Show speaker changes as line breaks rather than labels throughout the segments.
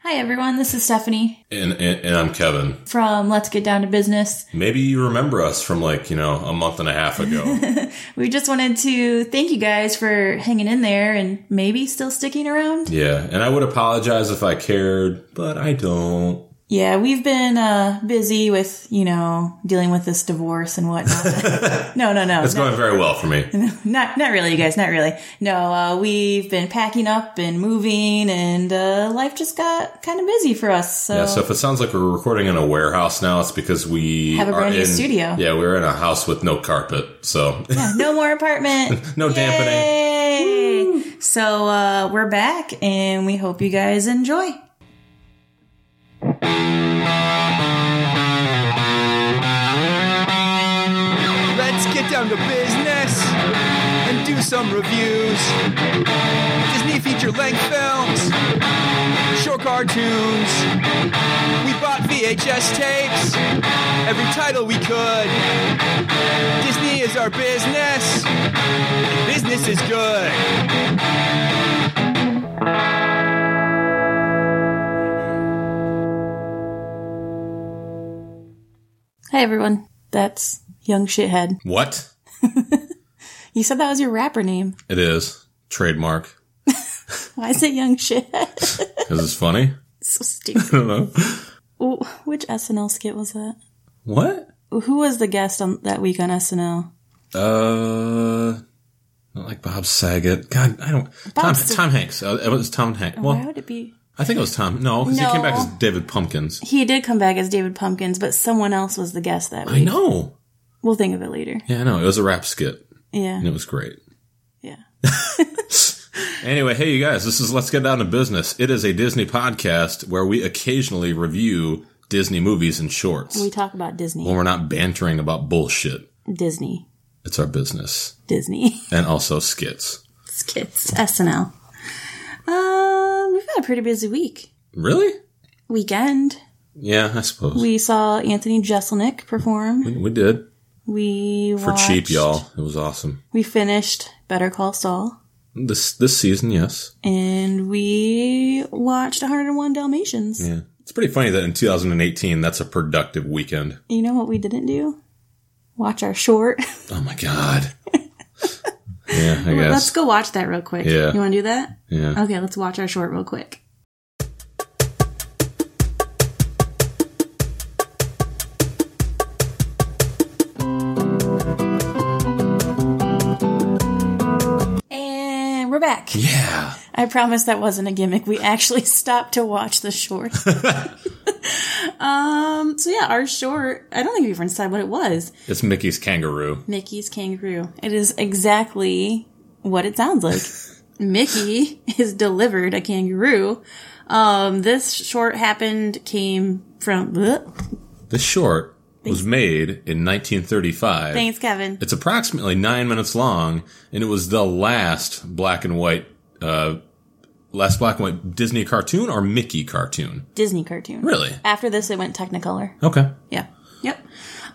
Hi, everyone. This is Stephanie
And, and, and I'm Kevin.
from Let's Get Down to Business.
Maybe you remember us from like, you know, a month and a half ago.
We just wanted to thank you guys for hanging in there and maybe still sticking around.
yeah. And I would apologize if I cared, but I don't.
Yeah, we've been uh, busy with, you know, dealing with this divorce and whatnot. no, no, no.
It's
no,
going very well for me.
not, not really, you guys. Not really. No, uh, we've been packing up and moving, and uh, life just got kind of busy for us. So,
Yeah, so if it sounds like we're recording in a warehouse now, it's because we
Have a
are
brand new
in-
studio.
Yeah, we're in a house with no carpet, so
Yeah, no more apartment.
no dampening.
Yay! So uh, we're back, and we hope you guys enjoy.
Let's get down to business and do some reviews. Disney feature length films, short cartoons. We bought VHS tapes, every title we could. Disney is our business, and business is good.
Hi, everyone. That's Young Shithead.
What?
You said that was your rapper name.
It is trademark
Why is it Young Shithead?
because it's funny.
so
I
stupid.
don't know
Ooh, which SNL skit was that?
what.
Who was the guest on that week on SNL?
Uh, not like Bob Saget. God, I don't. Tom,
Sa-
Tom Hanks. Uh, it was Tom Hanks. Well,
Why would it be?
I think it was Tom. No, because he came back
No.
as David Pumpkins.
He did come back as David Pumpkins, but someone else was the guest that
I
week.
know.
We'll think of it later.
Yeah, I know. It was a rap skit,
Yeah.
and it was great.
Yeah.
Anyway, hey, you guys, this is Let's Get Down to Business. It is a Disney podcast where we occasionally review Disney movies and shorts
We talk about Disney.
when we're not bantering about bullshit.
Disney.
It's our business.
Disney.
And also skits.
skits. SNL. Um, we've had a pretty busy week.
Really?
Weekend.
Yeah, I suppose. We,
We saw Anthony Jeselnik perform.
we did.
We
For cheap,
watched-
y'all. It was awesome.
We finished Better Call Saul,
This this season, yes.
and we watched 101 Dalmatians.
Yeah. It's pretty funny that in 2018, that's a productive weekend.
You know what we didn't do? Watch our short.
Oh my god. yeah, I guess.
Let's go watch that real quick.
Yeah.
You want to do that?
Yeah.
Okay, let's watch our short real quick. And we're back.
Yeah.
I promise that wasn't a gimmick. We actually stopped to watch the short. um, so yeah, our short, I don't think we even decided what it was.
It's Mickey's kangaroo.
Mickey's Kangaroo. It is exactly what it sounds like. Mickey is delivered a kangaroo. Um, this short happened came from, bleh.
This short was made in 1935.
thanks Kevin.
It's approximately nine minutes long, and it was the last black and white, uh, last black and white Disney cartoon or Mickey cartoon.
Disney cartoon.
Really?
After this, it went Technicolor.
Okay.
Yeah. Yep.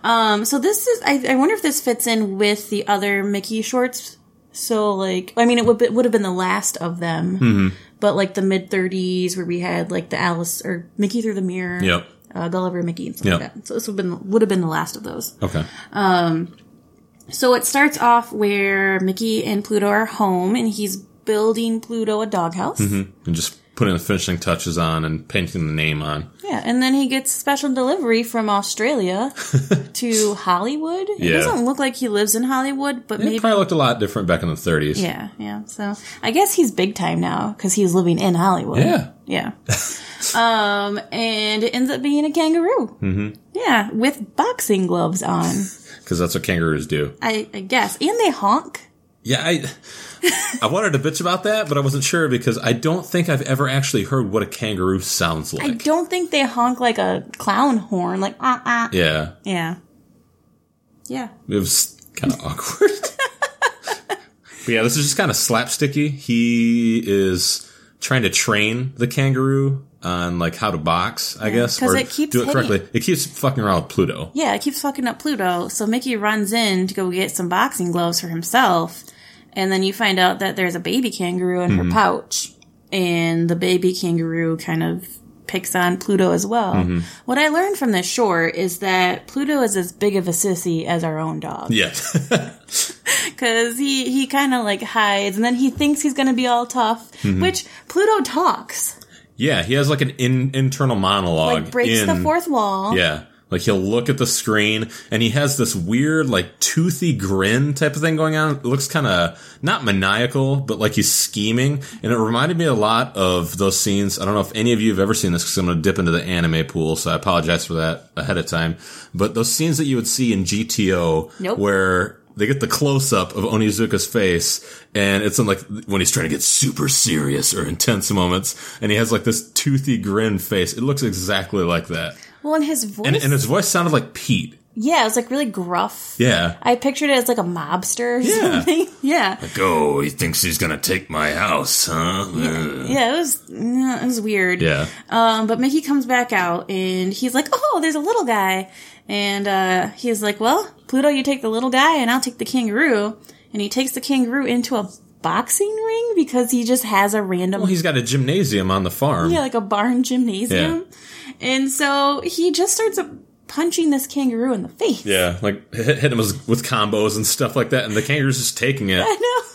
Um, so this is, I, I wonder if this fits in with the other Mickey shorts. So like, I mean, it would, be- would have been the last of them,
Mm-hmm.
but like the mid thirties where we had like the Alice or Mickey through the mirror.
Yep.
Uh, Gulliver and Mickey and stuff
Yep.
like that. So this would have been, would have been the last of those.
Okay.
So it starts off where Mickey and Pluto are home and he's building Pluto a doghouse.
And just putting the finishing touches on and painting the name on.
Yeah, and then he gets special delivery from Australia to Hollywood. It
Yeah.
doesn't look like he lives in Hollywood, but
It
maybe
probably looked a lot different back in the 30s.
Yeah, yeah. So I guess he's big time now because he's living in Hollywood.
Yeah.
Yeah. um, and it ends up being a kangaroo. Mm-hmm. Yeah, with boxing gloves on,
Because that's what kangaroos do.
I, I guess. And they honk.
Yeah, I I wanted to bitch about that, but I wasn't sure because I don't think I've ever actually heard what a kangaroo sounds
I
like.
don't think they honk like a clown horn, like, uh uh.
yeah,
Yeah. Yeah.
it was kind of awkward. but yeah, this is just kind of slapsticky. He is trying to train the kangaroo on like how to box, I guess,
'cause
or
it keeps
do it
hitting.
correctly. It keeps fucking around with Pluto.
Yeah, it keeps fucking up Pluto. So Mickey runs in to go get some boxing gloves for himself. And then you find out
Mm-hmm.
that there's a baby kangaroo in her pouch. And the baby kangaroo kind of picks on Pluto as well.
Mm-hmm.
What I learned from this short is that Pluto is as big of a sissy as our own dog
Yeah.
because he he kind of like hides and then he thinks he's going to be all tough,
Mm-hmm.
which Pluto talks,
yeah. He has like an in, internal monologue.
like breaks
in,
the fourth wall.
Yeah. Like he'll look at the screen and he has this weird, like toothy grin type of thing going on. It looks kind of not maniacal, but like he's scheming. And it reminded me a lot of those scenes. I don't know if any of you have ever seen this because I'm going to dip into the anime pool. So I apologize for that ahead of time. But those scenes that you would see in GTO
Nope.
where they get the close up of Onizuka's face and it's in like when he's trying to get super serious or intense moments and he has like this toothy grin face. It looks exactly like that.
Well, and his voice,
And, and his voice sounded like Pete.
yeah, it's like really gruff.
Yeah.
I pictured it as like a mobster or
Yeah.
something. Yeah.
Go, he thinks he's gonna take my house, huh? Yeah.
Yeah, it was yeah, it was weird.
Yeah.
Um, but Mickey comes back out and he's like, "Oh, there's a little guy," and uh, he's like, "Well, Pluto, you take the little guy, and I'll take the kangaroo." And he takes the kangaroo into a boxing ring because he just has a random,
Well, he's got a gymnasium on the farm.
yeah, like a barn gymnasium, and so he just starts uh, punching this kangaroo in the face.
Yeah, like hit, hit him with with combos and stuff like that, and the kangaroo's just taking it.
I know.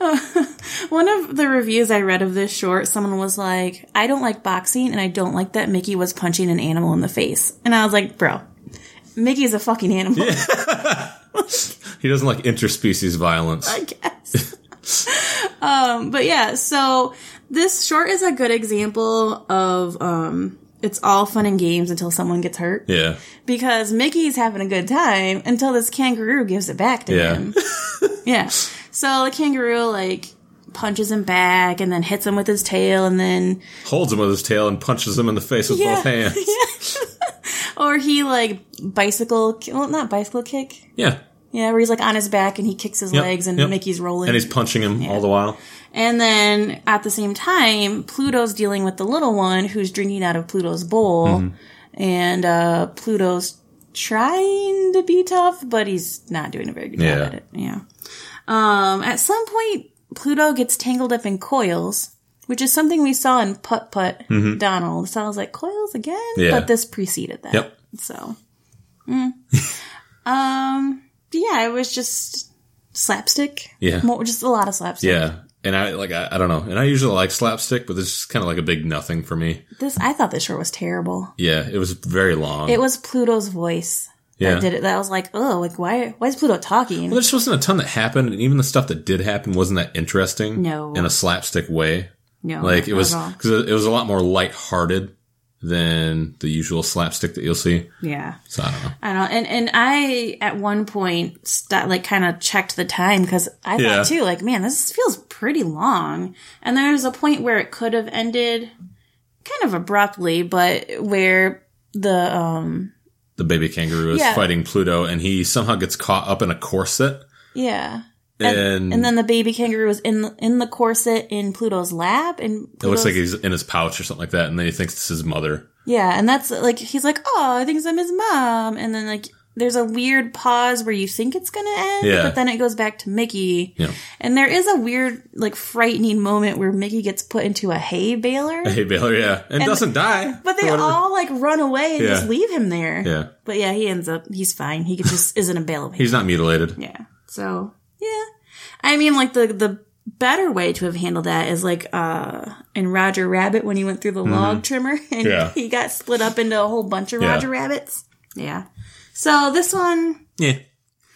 One of the reviews I read of this short, someone was like, I don't like boxing and I don't like that Mickey was punching an animal in the face. And I was like, bro, Mickey's a fucking animal,
He doesn't like interspecies violence.
I guess. um, but yeah, so this short is a good example of, um, it's all fun and games until someone gets hurt.
yeah,
because Mickey's having a good time until this kangaroo gives it back to
Yeah.
him. yeah. So the kangaroo like punches him back and then hits him with his tail and then
holds him with his tail and punches him in the face with
Yeah.
both hands.
or he like bicycle ki- well not bicycle kick.
Yeah,
Yeah, where he's like on his back and he kicks his
Yep,
legs and
yep.
Mickey's rolling.
and he's punching him all the while.
And then at the same time, Pluto's dealing with the little one who's drinking out of Pluto's bowl.
Mm-hmm.
And uh, Pluto's trying to be tough, but he's not doing a very good job
Yeah.
at it. Yeah. Um, at some point, Pluto gets tangled up in coils, which is something we saw in Putt Putt Donald. So I was like, coils again?
Mm-hmm. Yeah.
But this preceded that.
Yep.
So, mm. um, yeah, it was just slapstick.
Yeah.
More, just a lot of slapstick.
Yeah, and I like I, I don't know, and I usually like slapstick, but this is kind of like a big nothing for me.
This I thought this short was terrible.
Yeah, it was very long.
It was Pluto's voice
yeah,
that did it. That was like, oh, like why? Why is Pluto talking?
Well, there just wasn't a ton that happened, and even the stuff that did happen wasn't that interesting.
No.
in a slapstick way,
no,
like it
not
was
at all.
because it was a lot more lighthearted than the usual slapstick that you'll see.
Yeah,
So I don't know.
I don't. And and I at one point st- like kind of checked the time because I
Yeah.
thought too, like, man, this feels pretty long. And there was a point where it could have ended kind of abruptly, but where the um
The baby kangaroo is
Yeah.
fighting Pluto, and he somehow gets caught up in a corset,
yeah.
and,
And then the baby kangaroo is in the, in the corset in Pluto's lap, and
it looks
Pluto's-
like he's in his pouch or something like that, and then he thinks it's his mother.
Yeah, and that's like he's like, "Oh, I think I'm his mom," and then like there's a weird pause where you think it's gonna end,
Yeah.
but then it goes back to Mickey,
Yeah,
and there is a weird, like, frightening moment where Mickey gets put into a hay baler,
hey Baylor, yeah, and, doesn't die,
but they
or whatever.
all like run away and
Yeah.
just leave him there.
yeah,
But yeah, he ends up he's fine. He just is in a bale of hay.
he's not mutilated.
Yeah. So yeah, I mean, like the the better way to have handled that is like uh in Roger Rabbit when he went through the log trimmer and
Mm-hmm. Yeah.
he got split up into a whole bunch of
Yeah.
Roger Rabbits. Yeah. So this one,
Yeah,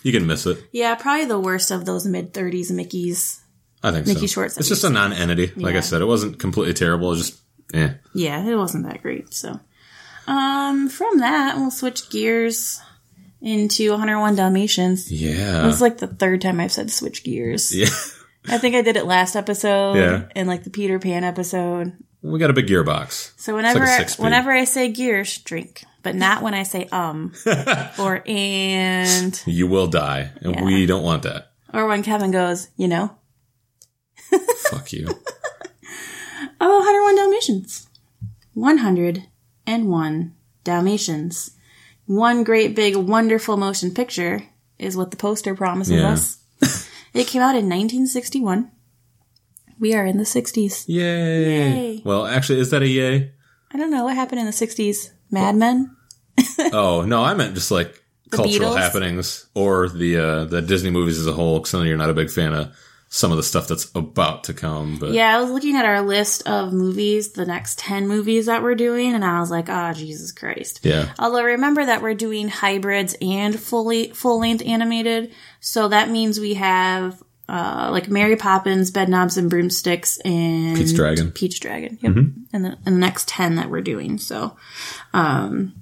you can miss it.
yeah, probably the worst of those mid thirties Mickey's.
I think
Mickey
so.
Schwartz, at
It's just a non-entity. Like I
Yeah.
said, it wasn't completely terrible. It was just eh. yeah.
Yeah, it wasn't that great. So um from that we'll switch gears into 101 Dalmatians.
Yeah.
It's like the third time I've said switch gears.
yeah.
I think I did it last episode
Yeah.
and like the Peter Pan episode.
We got a big gearbox.
So whenever
It's like a six-speed.
whenever I say gears, drink, but not when I say um or and
You will die, and
Yeah.
we don't want that.
or when Kevin goes, you know.
Fuck you.
Oh, 101 Dalmatians. 101 Dalmatians. One great big wonderful motion picture is what the poster promises
Yeah.
us. it came out in 1961. We are in the 60s.
Yay.
Yay.
Well, actually, is that a yay?
I don't know what happened in the '60s. Mad Men.
Oh no, I meant just like cultural
Beatles?
happenings or the uh, the Disney movies as a whole. Because I know you're not a big fan of some of the stuff that's about to come. But
Yeah, I was looking at our list of movies, the next ten movies that we're doing, and I was like, "Ah, Jesus Christ!"
yeah,
Although remember that we're doing hybrids and fully full length animated, so that means we have uh, like Mary Poppins, Bedknobs and Broomsticks, and
Pete's Dragon. Mm-hmm.
Peach Dragon, yep. And, the, and the next ten that we're doing, so um,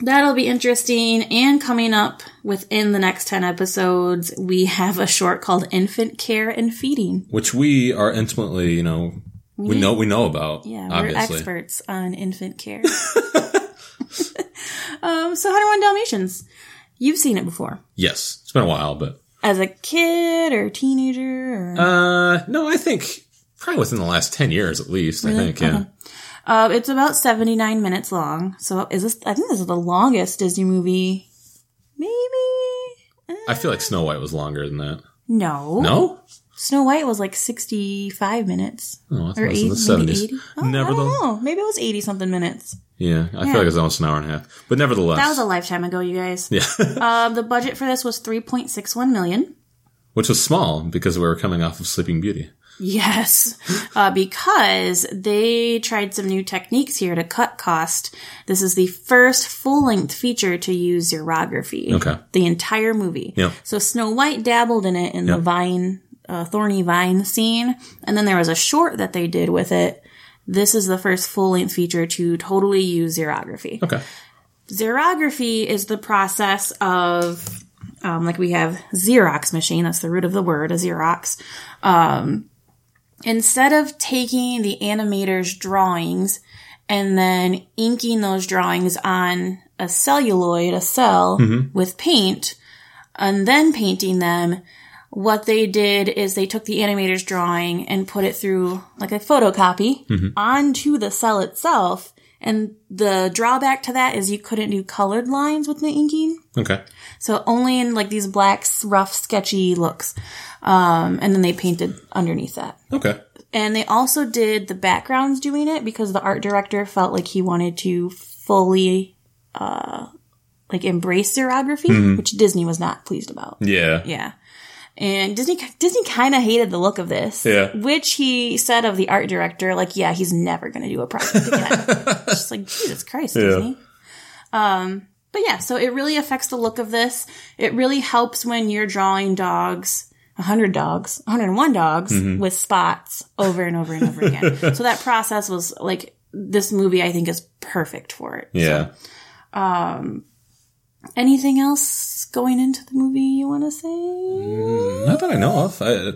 that'll be interesting. And coming up within the next ten episodes, we have a short called "Infant Care and Feeding."
which we are intimately, you know, we know we know about.
Yeah, we're
obviously.
experts on infant care. um, so, 101 Dalmatians, you've seen it before.
Yes, it's been a while, but
as a kid or teenager or,
uh, no, I think probably within the last ten years at least. I think yeah.
uh, it's about 79 minutes long so is this i think this is the longest disney movie maybe Eh,
I feel like Snow White was longer than that.
no
No,
snow white was like 65 minutes
oh, I thought
or
it was in
80
the
maybe
seventies.
80 oh, i
Nevertheless,
don't know maybe it was 80 something minutes
yeah, I feel like it was almost an hour and a half. But nevertheless,
that was a lifetime ago you guys
yeah.
um, the budget for this was 3.61 million
which was small because we were coming off of Sleeping Beauty.
Yes, uh, because they tried some new techniques here to cut cost. This is the first full length feature to use xerography.
Okay.
The entire movie.
Yep.
So Snow White dabbled in it in the vine, uh, thorny vine scene. And then there was a short that they did with it. This is the first full length feature to totally use xerography.
Okay,
Xerography is the process of, um, like we have Xerox machine. That's the root of the word, a Xerox. Um, instead of taking the animator's drawings and then inking those drawings on a celluloid, a cell with paint, and then painting them, what they did is they took the animator's drawing and put it through like a photocopy onto the cell itself. And the drawback to that is you couldn't do colored lines with the inking.
okay,
So only in like these black, rough, sketchy looks. Um, and then they painted underneath that.
okay.
And they also did the backgrounds doing it because the art director felt like he wanted to fully, uh, like embrace xerography, which Disney was not pleased about.
Yeah,
Yeah. And Disney Disney kind of hated the look of this.
Yeah.
Which he said of the art director, like, yeah, he's never going to do a project again. Just like, Jesus Christ, Disney. Um, but yeah, so it really affects the look of this. It really helps when you're drawing dogs, 100 dogs, 101 dogs
Mm-hmm.
with spots over and over and over again. so that process was like, this movie I think is perfect for it.
yeah.
Anything else going into the movie you want to say?
Not that I know of. I,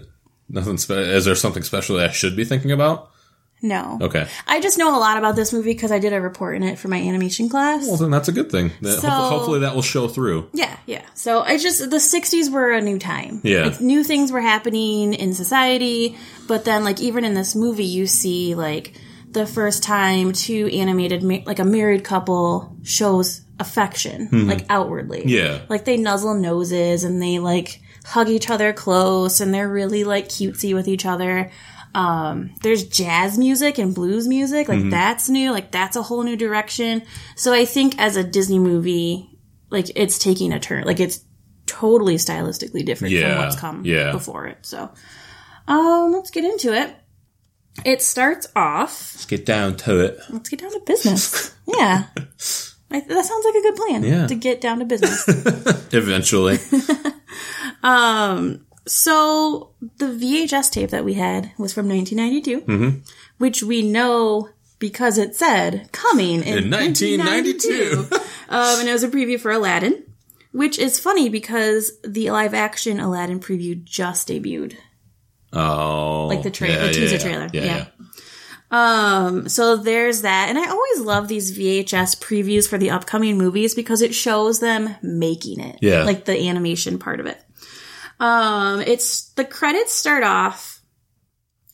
nothing. Spe- is there something special that I should be thinking about?
No.
Okay.
I just know a lot about this movie because I did a report in it for my animation class.
Well, then that's a good thing. That,
So-
hopefully, hopefully, that will show through.
yeah, yeah. So I just the '60s were a new time.
Yeah.
like, new things were happening in society. But then, like even in this movie, you see like the first time two animated ma- like a married couple shows affection like outwardly.
Mm-hmm. Yeah.
like they nuzzle noses and they like hug each other close and they're really like cutesy with each other. Um, there's jazz music and blues music,
Mm-hmm.
like that's new, like that's a whole new direction. So I think as a Disney movie, like it's taking a turn, like it's totally stylistically different
Yeah,
from what's come
yeah.
before it. So, um, let's get into it. It starts off.
Let's get down to it.
Let's get down to business. Yeah. I, that sounds like a good plan
Yeah.
to get down to business.
Eventually.
So the VHS tape that we had was from 1992, which we know because it said coming in,
In 1992.
1992. um, and it was a preview for Aladdin, which is funny because the live action Aladdin preview just debuted.
Oh,
Like the tra- the teaser trailer.
Yeah,
Yeah. Um, so there's that. And I always love these VHS previews for the upcoming movies because it shows them making it.
Yeah.
Like the animation part of it. Um, it's the credits start off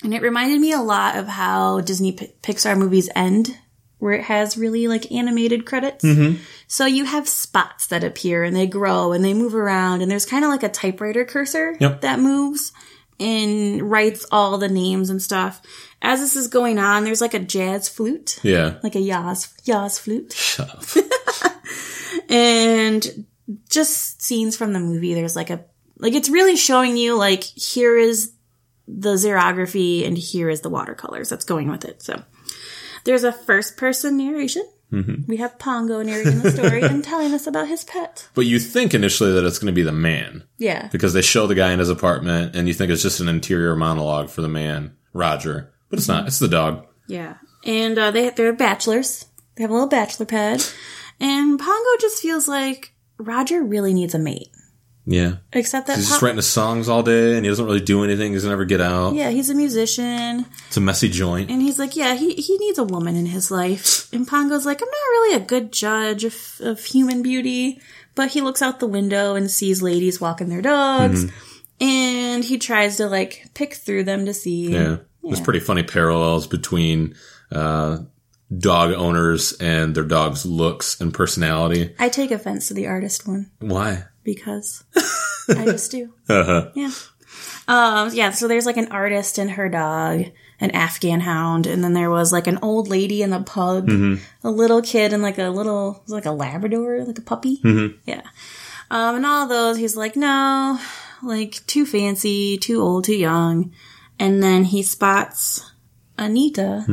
and it reminded me a lot of how Disney P- Pixar movies end where it has really like animated credits.
Mm-hmm.
So you have spots that appear and they grow and they move around and there's kind of like a typewriter cursor
Yep.
that moves and writes all the names and stuff. As this is going on, there's like a jazz flute,
Yeah.
like a jazz jazz flute,
Shut up.
and just scenes from the movie. There's like a like it's really showing you like here is the xerography and here is the watercolors that's going with it. So there's a first person narration.
Mm-hmm.
We have Pongo narrating the story and telling us about his pet.
But you think initially that it's going to be the man
Yeah.
because they show the guy in his apartment and you think it's just an interior monologue for the man, Roger. But it's not. It's the dog.
Yeah, and uh, they they're bachelors. They have a little bachelor pad, and Pongo just feels like Roger really needs a mate.
Yeah.
Except that
He's just
Pon-
writing his songs all day and he doesn't really do anything. He's never get out.
yeah, he's a musician,
It's a messy joint.
and he's like, yeah, he he needs a woman in his life. And Pongo's like, I'm not really a good judge of, of human beauty, but he looks out the window and sees ladies walking their dogs. And he tries to like pick through them to see.
Yeah. There's pretty funny parallels between uh, dog owners and their dog's looks and personality.
I take offense to the artist one
Why?
because I just do.
Uh-huh.
Yeah. Um, yeah, so there's like an artist and her dog, an Afghan hound, and then there was like an old lady and a pug, a little kid and like a little, like a Labrador, like a puppy. Mm-hmm. Yeah. Um, and all those, he's like, no, like too fancy, too old, too young. And then he spots Anita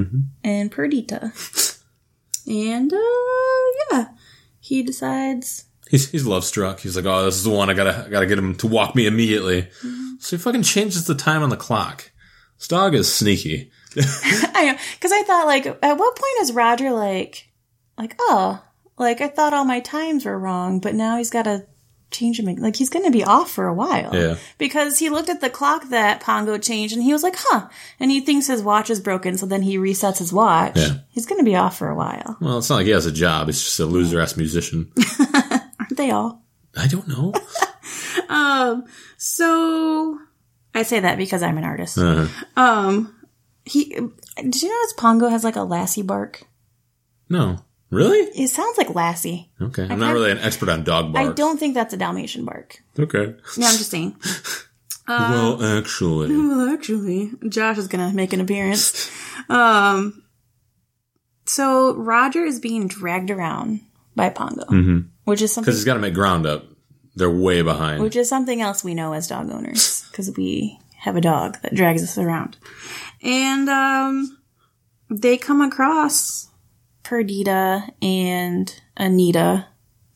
and Perdita. and, uh, yeah, he decides
He's, he's love struck. He's like, oh, this is the one. I gotta, I gotta get him to walk me immediately.
Mm-hmm.
So he fucking changes the time on the clock. This dog is sneaky.
I know, because I thought like, at what point is Roger like, like, oh, like I thought all my times were wrong, but now he's got to change them. ag- Like he's going to be off for a while,
Yeah.
Because he looked at the clock that Pongo changed, and he was like, huh, and he thinks his watch is broken, so then he resets his watch.
Yeah.
He's going to be off for a while,
Well, it's not like he has a job. He's just a loser ass musician.
aren't they all?
I don't know.
So I say that because I'm an artist.
Uh-huh.
Um, he did you notice Pongo has like a lassie bark?
No. Really?
It sounds like lassie.
Okay. I'm not really an expert on dog bark.
I don't think that's a Dalmatian bark.
Okay.
No, I'm just saying.
well, actually.
Well, actually, Josh is gonna make an appearance. Um, so Roger is being dragged around by Pongo, which is something
Because he's got to make ground up. They're way behind.
which is something else we know as dog owners because we have a dog that drags us around, and um, they come across Perdita and Anita.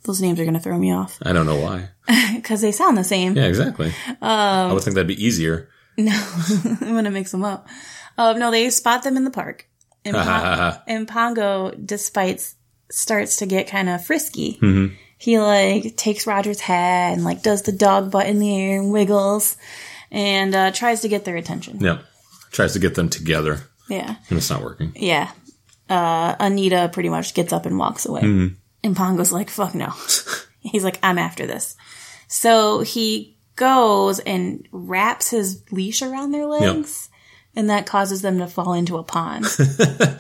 Those names are gonna throw me off
I don't know why.
because they sound the same.
Yeah, exactly. I would think that'd be easier.
I'm gonna mix them up. Um, no, they spot them in the park, and, Pon- and Pongo, despite starts to get kind of frisky. He like takes Roger's hat and like does the dog butt in the air and wiggles, and uh, tries to get their attention.
Yep. Tries to get them together,
Yeah,
and it's not working.
yeah. Uh, Anita pretty much gets up and walks away,
Mm-hmm.
and Pongo's like, "Fuck no." He's like, "I'm after this." So he goes and wraps his leash around their legs. And that causes them to fall into a pond.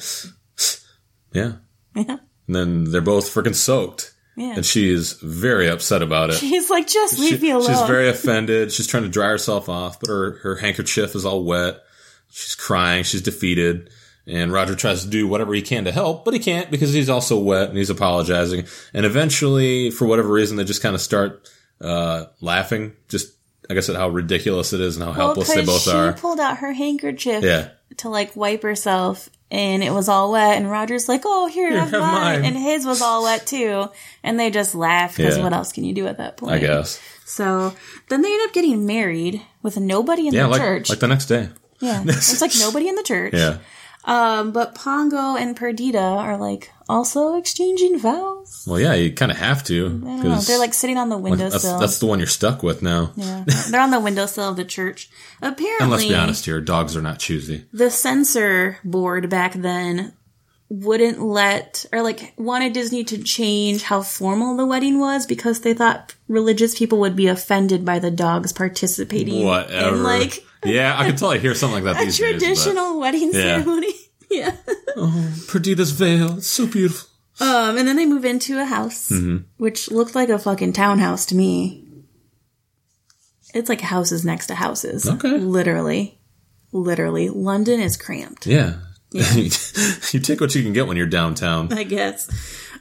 Yeah.
Yeah.
And then they're both freaking soaked.
Yeah.
And she's very upset about it.
He's like, just leave
She-
me alone.
She's very offended. She's trying to dry herself off, but her, her handkerchief is all wet. She's crying. She's defeated. And Roger tries to do whatever he can to help, but he can't because he's also wet and he's apologizing. And eventually, for whatever reason, they just kind of start uh, laughing. Just, I guess, at how ridiculous it is and how
Well,
helpless they
'cause
both
she
are.
pulled out her handkerchief
Yeah.
to like wipe herself and it was all wet. And Roger's like, oh, here, have,
have
mine.
mine.
And his was all wet too. And they just laughed because
Yeah.
what else can you do at that point?
I guess.
So then they end up getting married with nobody in
Yeah,
the
like,
church.
like the next day.
yeah. It's like nobody in the church.
Yeah.
Um, but Pongo and Perdita are like also exchanging vows.
Well, yeah, you kind of have to.
I don't know.
'cause
They're like sitting on the
that's,
windowsill.
that's the one you're stuck with now.
Yeah, they're on the windowsill of the church. Apparently,
And let's be honest here, dogs are not choosy.
the censor board back then wouldn't let or like wanted Disney to change how formal the wedding was because they thought religious people would be offended by the dogs participating
Whatever.
in like
yeah, I can tell I hear something like that
a
these days.
traditional wedding
Yeah.
ceremony. Yeah.
But Perdita's veil, it's so beautiful.
Um, and then they move
Mm-hmm.
into a house, which looked like a fucking townhouse to me. It's like houses next to houses.
Okay.
Literally. Literally. London is cramped.
Yeah. you take what you can get when you're downtown.
I guess.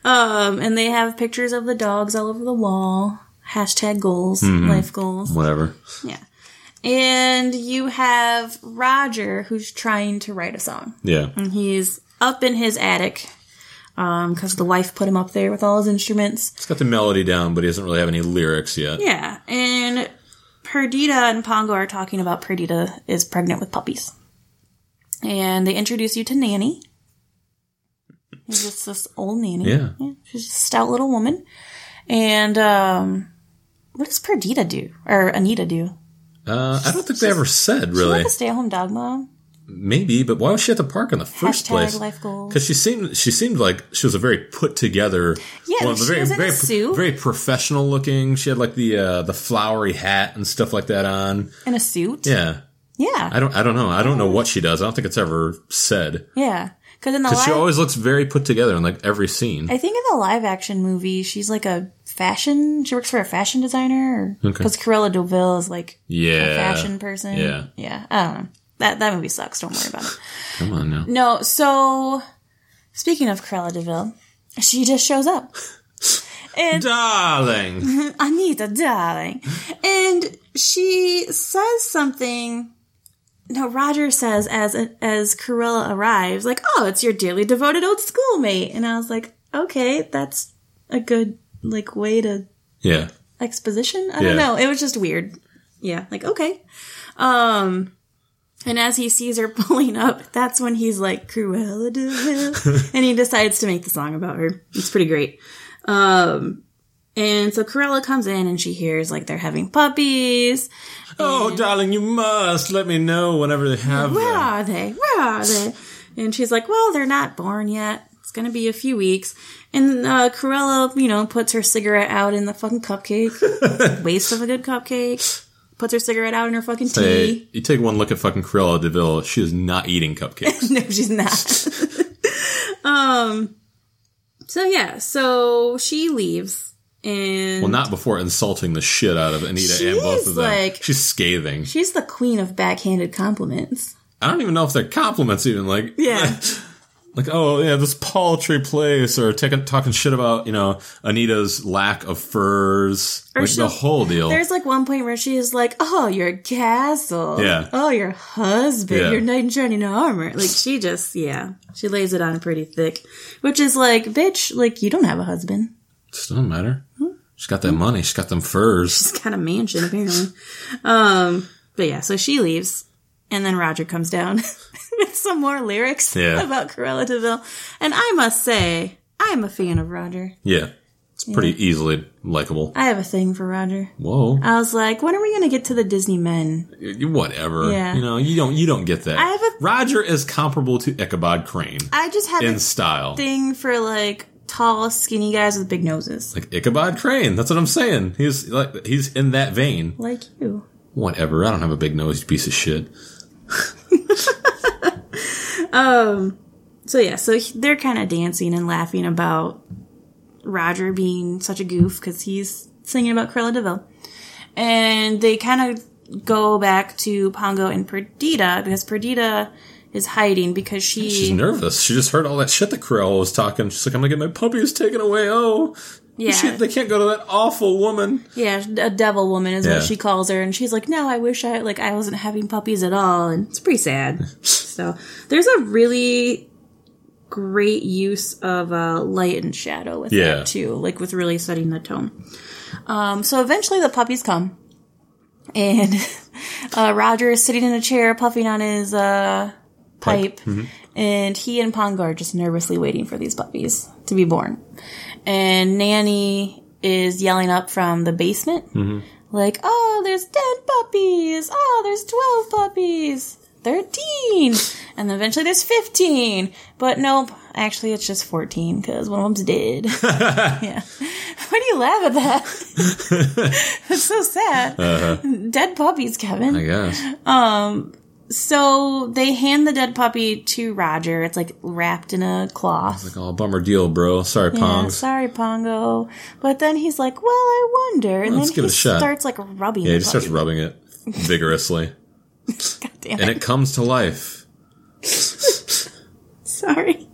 Um, and they have pictures of the dogs all over the wall. Hashtag goals,
Mm-hmm.
life goals.
Whatever.
Yeah. And you have Roger who's trying to write a song.
Yeah.
He's up in his attic because the wife put him up there with all his instruments.
It's got the melody down, but he doesn't really have any lyrics yet.
Yeah, and Perdita and Pongo are talking about Perdita is pregnant with puppies. And they introduce you to Nanny. It's just this old nanny.
Yeah.
She's a stout little woman. And um, what does Perdita do? Or Anita do?
Uh, I don't think they ever said, really.
Like a stay at home dog mom?
Maybe, but why was she at the park in the first
Hashtag
place?
life goals.
Because she seemed she seemed like she was a very put together,
Yeah,
well,
she
very
was in a
very
suit.
very professional looking. She had like the uh, the flowery hat and stuff like that on.
In a suit?
Yeah,
Yeah.
I don't I don't know I don't know what she does. I don't think it's ever said.
yeah. Because in the
But
live,
she always looks very put together in like every scene.
I think in the live action movie, she's like a fashion. She works for a fashion designer.
Okay.
Because Corella Deville is like
yeah,
a fashion person.
Yeah.
Yeah. I don't know. That that movie sucks. Don't worry about it.
Come on now.
No, so speaking of Cruella Deville, she just shows up. And Mm-hmm.
Darling,
Anita, darling. And she says something. No, Roger says as as Corilla arrives, like, "Oh, it's your dearly devoted old schoolmate." And I was like, "Okay, that's a good like way to
yeah,
exposition. I
Yeah.
don't know. It was just weird. Yeah, like okay. Um and as he sees her pulling up, that's when he's like Cruella de Vil," and he decides to make the song about her. It's pretty great. Um and so Corella comes in and she hears like they're having puppies.
Oh, darling, you must let me know whenever they have
Where
them.
are they? Where are they? And she's like, well, they're not born yet. It's gonna be a few weeks. And uh, Corella, you know, puts her cigarette out in the fucking cupcake. Waste of a good cupcake. Puts her cigarette out in her fucking tea.
Hey, you take one look at fucking Cruella Deville. She is not eating cupcakes.
no, she's not. um. So yeah, so she leaves, and
well, not before insulting the shit out of Anita and
She's
both of them.
like-
She's scathing.
she's the queen of backhanded compliments.
I don't even know if they're compliments, even like
Yeah.
like oh yeah, this paltry place, or taking talking shit about you know Anita's lack of furs,
Or
like the
she'll-
whole deal.
There's like one point where she is like, "Oh, your castle.
Yeah.
Oh, your husband.
Yeah.
Your knight in shining armor." Like she just, yeah, she lays it on pretty thick, which is like, bitch, like you don't have a husband.
It doesn't matter.
Hmm?
She's got that money. She's got them furs.
It's kind of mansion apparently. um, but yeah, so she leaves, and then Roger comes down with some more lyrics
Yeah.
about Corella Deville, and I must say, I'm a fan of Roger.
Yeah, it's pretty easily likable.
I have a thing for Roger.
Whoa,
I was like, when are we gonna get to the Disney men?
Y- whatever.
Yeah.
You know, you don't you don't get that.
I have a-
Roger is comparable to Ichabod Crane
I just have
in
a
style.
thing for like tall, skinny guys with big noses,
like Ichabod Crane. That's what I'm saying. He's like he's in that vein.
like you.
Whatever. I don't have a big nose, you piece of shit.
So yeah, so he- they're kind of dancing and laughing about Roger being such a goof because he's singing about Cruella Deville, and they kind of go back to Pongo and Perdita because Perdita is hiding because she
She's nervous. She just heard all that shit that Cruella was talking. She's like, I'm gonna get my puppies taken away. Oh,
yeah
shit, they can't go to that awful woman.
yeah a devil woman is
Yeah.
what she calls her, and she's like, no, I wish I like I wasn't having puppies at all, and it's pretty sad. so there's a really great use of uh, light and shadow with
Yeah.
that too, like with really setting the tone. Um, so eventually the puppies come, and uh, Roger is sitting in a chair puffing on his uh, pipe,
Mm-hmm.
and he and Pongo are just nervously waiting for these puppies to be born. And Nanny is yelling up from the basement, like, "Oh, there's ten puppies! Oh, there's twelve puppies!" 13 and then eventually there's 15 but nope actually it's just 14 because one of them's dead yeah why do you laugh at that it's so sad. Dead puppies, Kevin.
I guess.
so they hand the dead puppy to Roger. It's like wrapped in a cloth.
Like, oh, bummer deal, bro. Sorry,
Yeah,
Pongs.
sorry, Pongo. But then he's like, "Well, I wonder," and
Let's
then
give
he
it a shot.
starts like rubbing.
yeah,
the
he just starts
puppy.
rubbing it vigorously,
God damn
and
it!
it comes to life.
Sorry.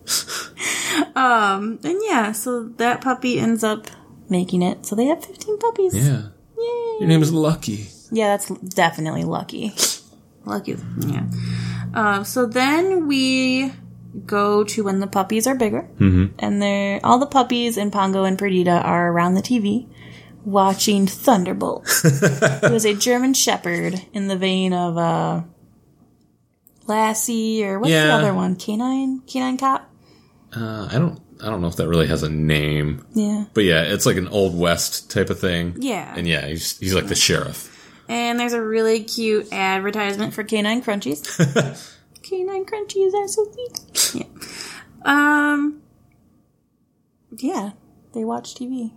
um, and yeah, so that puppy ends up making it. So they have fifteen puppies.
Yeah. Your name is Lucky.
Yeah, that's definitely lucky. Lucky. Yeah. Um, so then we go to when the puppies are bigger, mm-hmm. and they're all the puppies in Pongo and Perdita are around the TV watching Thunderbolt. it was a German Shepherd in the vein of uh, Lassie or what's the
Yeah.
other one? Canine, canine cop.
Uh, I don't. I don't know if that really has a name,
Yeah.
but yeah, it's like an old west type of thing.
Yeah.
And yeah, he's he's like the sheriff.
And there's a really cute advertisement for canine crunchies. canine crunchies are so sweet. Yeah. Um. Yeah, they watch TV.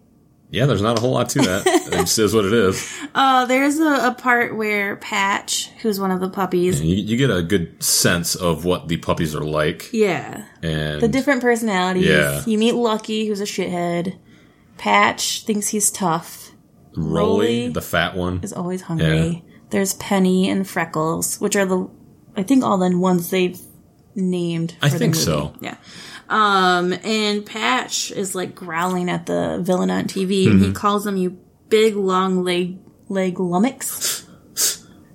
Yeah, there's not a whole lot to that. it just is what it is.
Uh, there's a, a part where Patch, who's one of the puppies,
You, you get a good sense of what the puppies are like,
yeah,
and
the different personalities.
Yeah.
You meet Lucky, who's a shithead. Patch thinks he's tough.
Rolly,
Rolly.
the fat one.
is always hungry. There's Penny and Freckles, which are the I think all the ones they've named.
I
for the
think
movie.
so.
Yeah. Um, and Patch is like growling at the villain on TV, and
Mm-hmm.
he calls him "you big long leg leg lummox."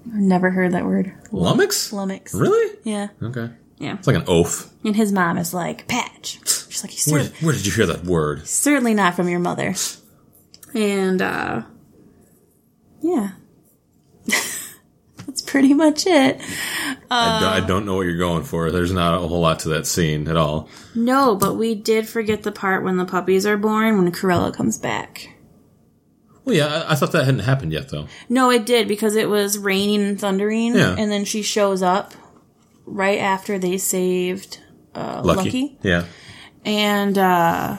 I've never heard that word.
Lummox?
Lummox.
Really?
Yeah,
Okay.
yeah.
It's like an oaf.
And his mom is like Patch. She's like, "You
Where
cer-
did, where did you hear that word?
certainly not from your mother." And uh, yeah. That's pretty much it.
I,
Uh,
don't, I don't know what you're going for. There's not a whole lot to that scene at all.
No, but we did forget the part when the puppies are born when Corella comes back.
Well, yeah, I, I thought that hadn't happened yet, though.
No, it did because it was raining and thundering,
Yeah.
and then she shows up right after they saved uh, Lucky.
Yeah.
and uh,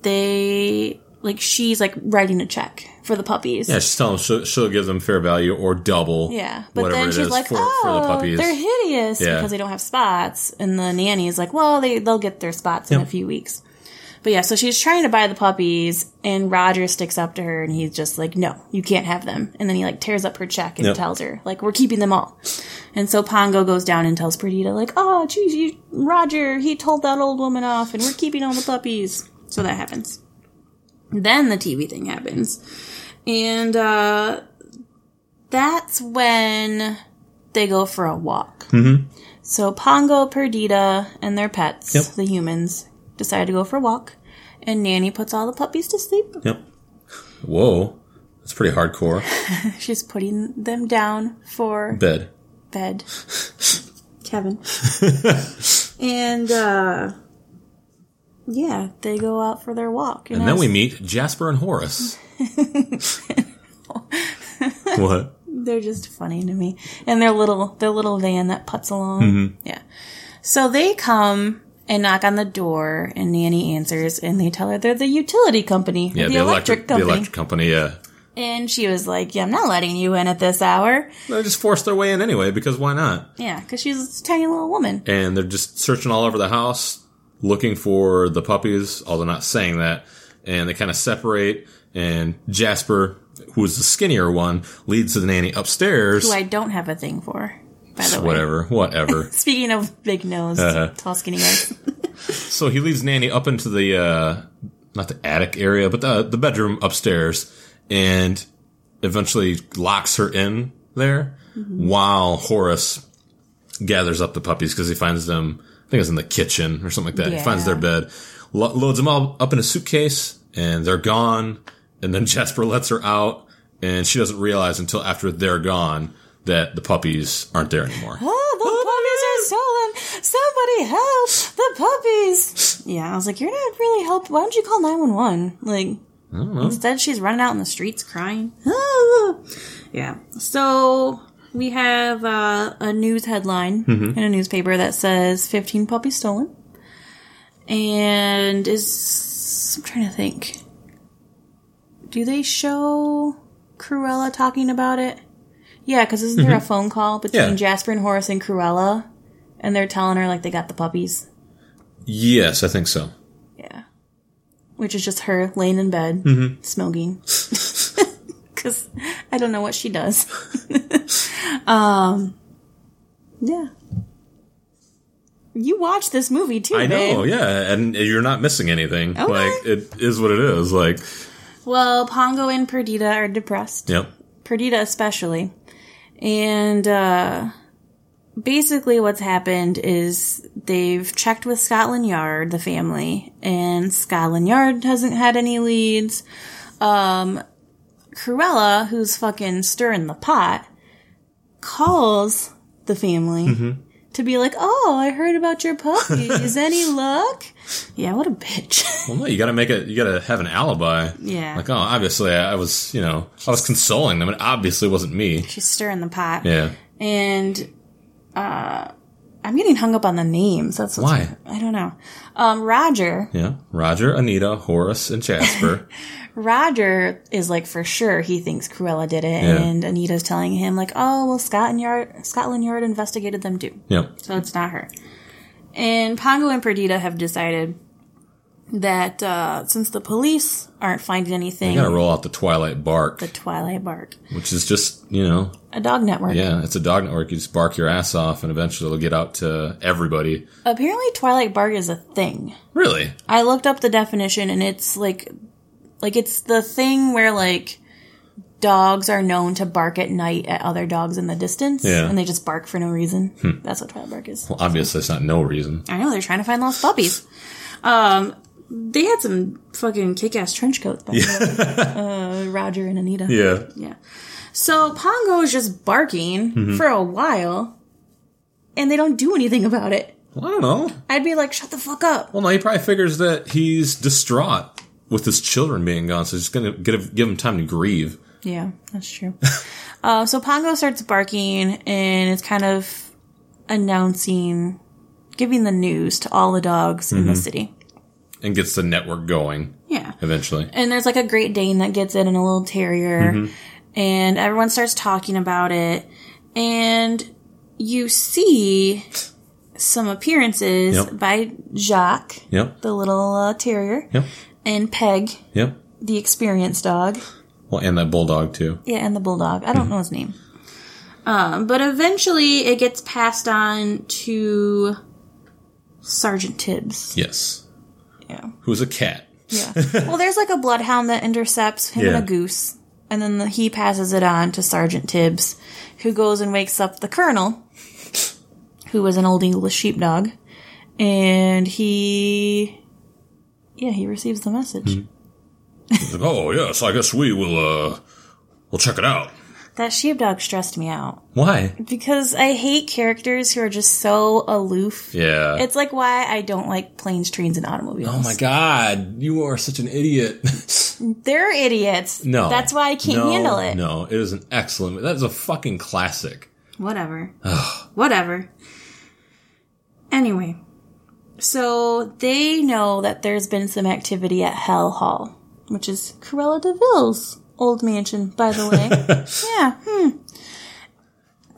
they like she's like writing a check for the puppies.
Yeah, she's telling them she'll, she'll give them fair value or double.
Yeah, but
whatever
then
it
she's
is
like,
for,
"Oh,
for the puppies.
they're hideous
Yeah.
because they don't have spots." And the nanny is like, "Well, they they'll get their spots in a
Yep.
few weeks." But yeah, so she's trying to buy the puppies, and Roger sticks up to her, and he's just like, "No, you can't have them." And then he like tears up her check and
Yep.
tells her, "Like, we're keeping them all." And so Pongo goes down and tells Perdita, "Like, oh, geez, you, Roger, he told that old woman off, and we're keeping all the puppies." So that happens. Then the TV thing happens, and uh, that's when they go for a walk. Mm-hmm. So Pongo, Perdita, and their pets,
Yep.
the humans, decide to go for a walk, and Nanny puts all the puppies to sleep.
Yep. Whoa. That's pretty hardcore.
She's putting them down for
Bed.
bed. Kevin. and uh, yeah, they go out for their walk.
And then we meet Jasper and Horace. what?
they're just funny to me. And their little their little van that puts along.
Mm-hmm.
Yeah. So they come and knock on the door and Nanny answers and they tell her they're the utility company.
Yeah,
the, electric, company.
The electric company, yeah.
and she was like, Yeah, I'm not letting you in at this hour.
They just forced their way in anyway because why not?
Yeah, because she's a tiny little woman.
and they're just searching all over the house looking for the puppies, although not saying that. And they kind of separate, and Jasper, who is the skinnier one, leads the nanny upstairs.
Who I don't have a thing for, by the way.
whatever, Uh-huh. whatever.
Speaking of big nose, tall skinny guys.
so he leads nanny up into the uh, not the attic area, but the the bedroom upstairs, and eventually locks her in there while Horace gathers up the puppies because he finds them. I think it's in the kitchen or something like that. He finds
Yeah.
their bed, lo- loads them all up in a suitcase, and they're gone. And then Jasper lets her out, and she doesn't realize until after they're gone that the puppies aren't there anymore.
Oh, the Oh, puppies are stolen! Somebody help the puppies! Yeah, I was like, you're not really help. Why don't you call nine one one? Like, instead, she's running out in the streets crying. yeah. So we have uh, a news headline in a newspaper that says 15 puppies stolen, and is I'm trying to think. Do they show Cruella talking about it? Yeah, because isn't there a phone call between
Yeah.
Jasper and Horace and Cruella, and they're telling her like they got the puppies.
Yes, I think so.
Yeah, which is just her laying in bed
Mm-hmm.
smoking. Because I don't know what she does. um, yeah. You watch this movie too,
I
babe.
know, yeah, and you're not missing anything.
Okay.
Like it is what it is. Like,
Well, Pongo and Perdita are depressed.
yep,
Perdita especially. And uh, basically, what's happened is they've checked with Scotland Yard, the family, and Scotland Yard hasn't had any leads. Um, Cruella, who's fucking stirring the pot, calls the family to be like, "Oh, I heard about your puppies. any luck?" Yeah, what a bitch.
Well, no, you got to make it. You got to have an alibi.
Yeah.
Like, oh, obviously, I, I was, you know, I was consoling them. It obviously wasn't me.
She's stirring the pot.
Yeah.
and uh I'm getting hung up on the names. That's what's
Why?
I don't know. Um, Roger,
Yeah. Roger, Anita, Horace, and Jasper.
Roger is like for sure he thinks Cruella did it,
Yeah.
and Anita's telling him like, oh well, Scotland Yard, Scotland Yard investigated them too,
yep.
so it's not her. And Pongo and Perdita have decided that uh, since the police aren't finding anything,
You got to roll out the Twilight Bark,
the Twilight Bark,
which is just, you know,
a dog network.
yeah, it's a dog network. You just bark your ass off, and eventually it'll get out to everybody.
Apparently, Twilight Bark is a thing.
Really?
I looked up the definition and it's like like it's the thing where like dogs are known to bark at night at other dogs in the distance
Yeah. Hmm.
and they just bark for no reason. That's what twilight bark is.
Well, obviously, it's not no reason.
I know they're trying to find lost puppies. Um they had some fucking kick-ass trench coats by the way. Uh, Roger and Anita.
Yeah.
Yeah. So Pongo is just barking
Mm-hmm.
for a while and they don't do anything about it.
Well, I don't know.
I'd be like shut the fuck up.
Well, no, he probably figures that he's distraught with his children being gone, so he's going to give give him time to grieve.
Yeah, that's true. uh, so Pongo starts barking and it's kind of announcing, giving the news to all the dogs in
Mm-hmm.
the city.
and gets the network going
Yeah.
eventually.
And there's like a Great Dane that gets it and a little terrier.
Mm-hmm.
And everyone starts talking about it. And you see some appearances
Yep.
by Jacques,
Yep.
the little uh, terrier,
Yep.
and Peg,
Yep.
the experienced dog.
Well, and that bulldog too.
Yeah, and the bulldog. I don't know his name. Um, but eventually it gets passed on to Sergeant Tibbs.
Yes.
Yeah.
Who's a cat.
Yeah. well, there's like a bloodhound that intercepts him
Yeah.
and a goose. And then the, he passes it on to Sergeant Tibbs, who goes and wakes up the colonel, who was an old English sheepdog. And he. Yeah, he receives the message.
He's like, oh yes, I guess we will uh we'll check it out.
That sheepdog stressed me out
Why?
because I hate characters who are just so aloof
Yeah.
It's like why I don't like planes, trains, and automobiles.
oh my god, you are such an idiot.
They're idiots.
no.
That's why I can't
No,
handle it.
No, it is an excellent that is a fucking classic.
Whatever. Whatever. Anyway. So they know that there's been some activity at Hell Hall, which is Corella DeVille's old mansion, by the way. yeah. Hmm.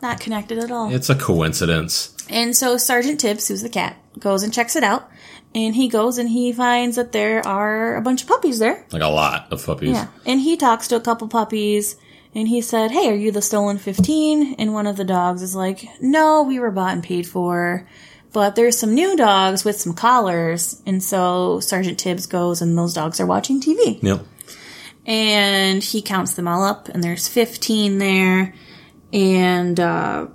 Not connected at all.
It's a coincidence.
And so Sergeant Tibbs, who's the cat, goes and checks it out. And he goes and he finds that there are a bunch of puppies there.
Like a lot of puppies.
Yeah. And he talks to a couple puppies and he said, Hey, are you the stolen 15? And one of the dogs is like, No, we were bought and paid for. But there's some new dogs with some collars. And so Sergeant Tibbs goes and those dogs are watching TV.
Yep.
And he counts them all up and there's 15 there. And, uh,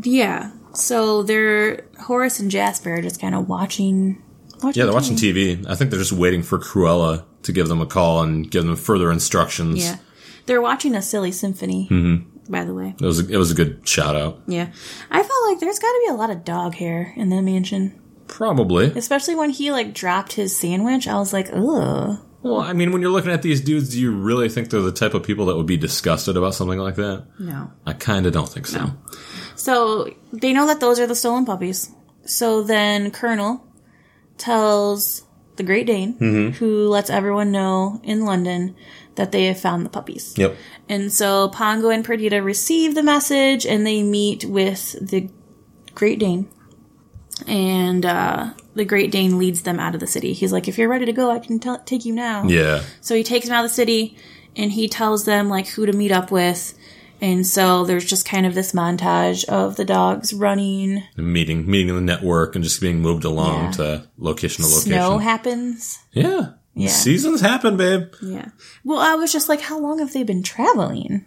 yeah. So they're, Horace and Jasper are just kind of watching. watching
Yeah, they're watching TV. I think they're just waiting for Cruella to give them a call and give them further instructions.
Yeah. They're watching a silly symphony, by the way.
It was a, it was a good shout out.
Yeah. I felt like there's got to be a lot of dog hair in the mansion.
Probably.
Especially when he, like, dropped his sandwich. I was like, ugh.
Well, I mean, when you're looking at these dudes, do you really think they're the type of people that would be disgusted about something like that?
No.
I kind of don't think so.
So they know that those are the stolen puppies. So then Colonel tells the Great Dane, who lets everyone know in London that they have found the puppies.
Yep.
And so Pongo and Perdita receive the message and they meet with the Great Dane. And uh, the Great Dane leads them out of the city. He's like, if you're ready to go, I can tell take you now.
Yeah.
So he takes them out of the city and he tells them like who to meet up with. And so there's just kind of this montage of the dogs running.
Meeting meeting the network and just being moved along
Yeah.
to location to location.
Snow happens.
yeah.
Yeah.
Seasons happen, babe.
Yeah. Well, I was just like, how long have they been traveling?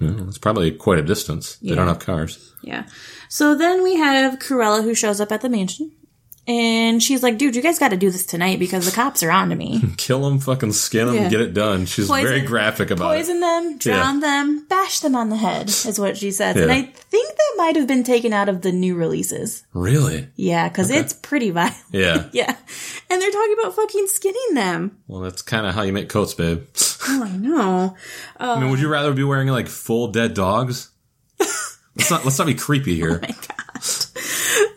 Well, It's probably quite a distance. They don't have cars.
Yeah. So then we have Cruella who shows up at the mansion. And she's like, dude, you guys got to do this tonight because the cops are on to me.
Kill them, fucking skin them,
Yeah.
get it done. She's
Poison-
very graphic about it.
Poison them, drown them, bash them on the head, is what she says. And
Yeah.
I think that might have been taken out of the new releases.
Really?
Yeah, because it's pretty violent.
Yeah.
Yeah. And they're talking about fucking skinning them.
Well, that's kind of how you make coats, babe.
Oh, I know.
I mean, would you rather be wearing like full dead dogs? let's not let's not be creepy here.
Oh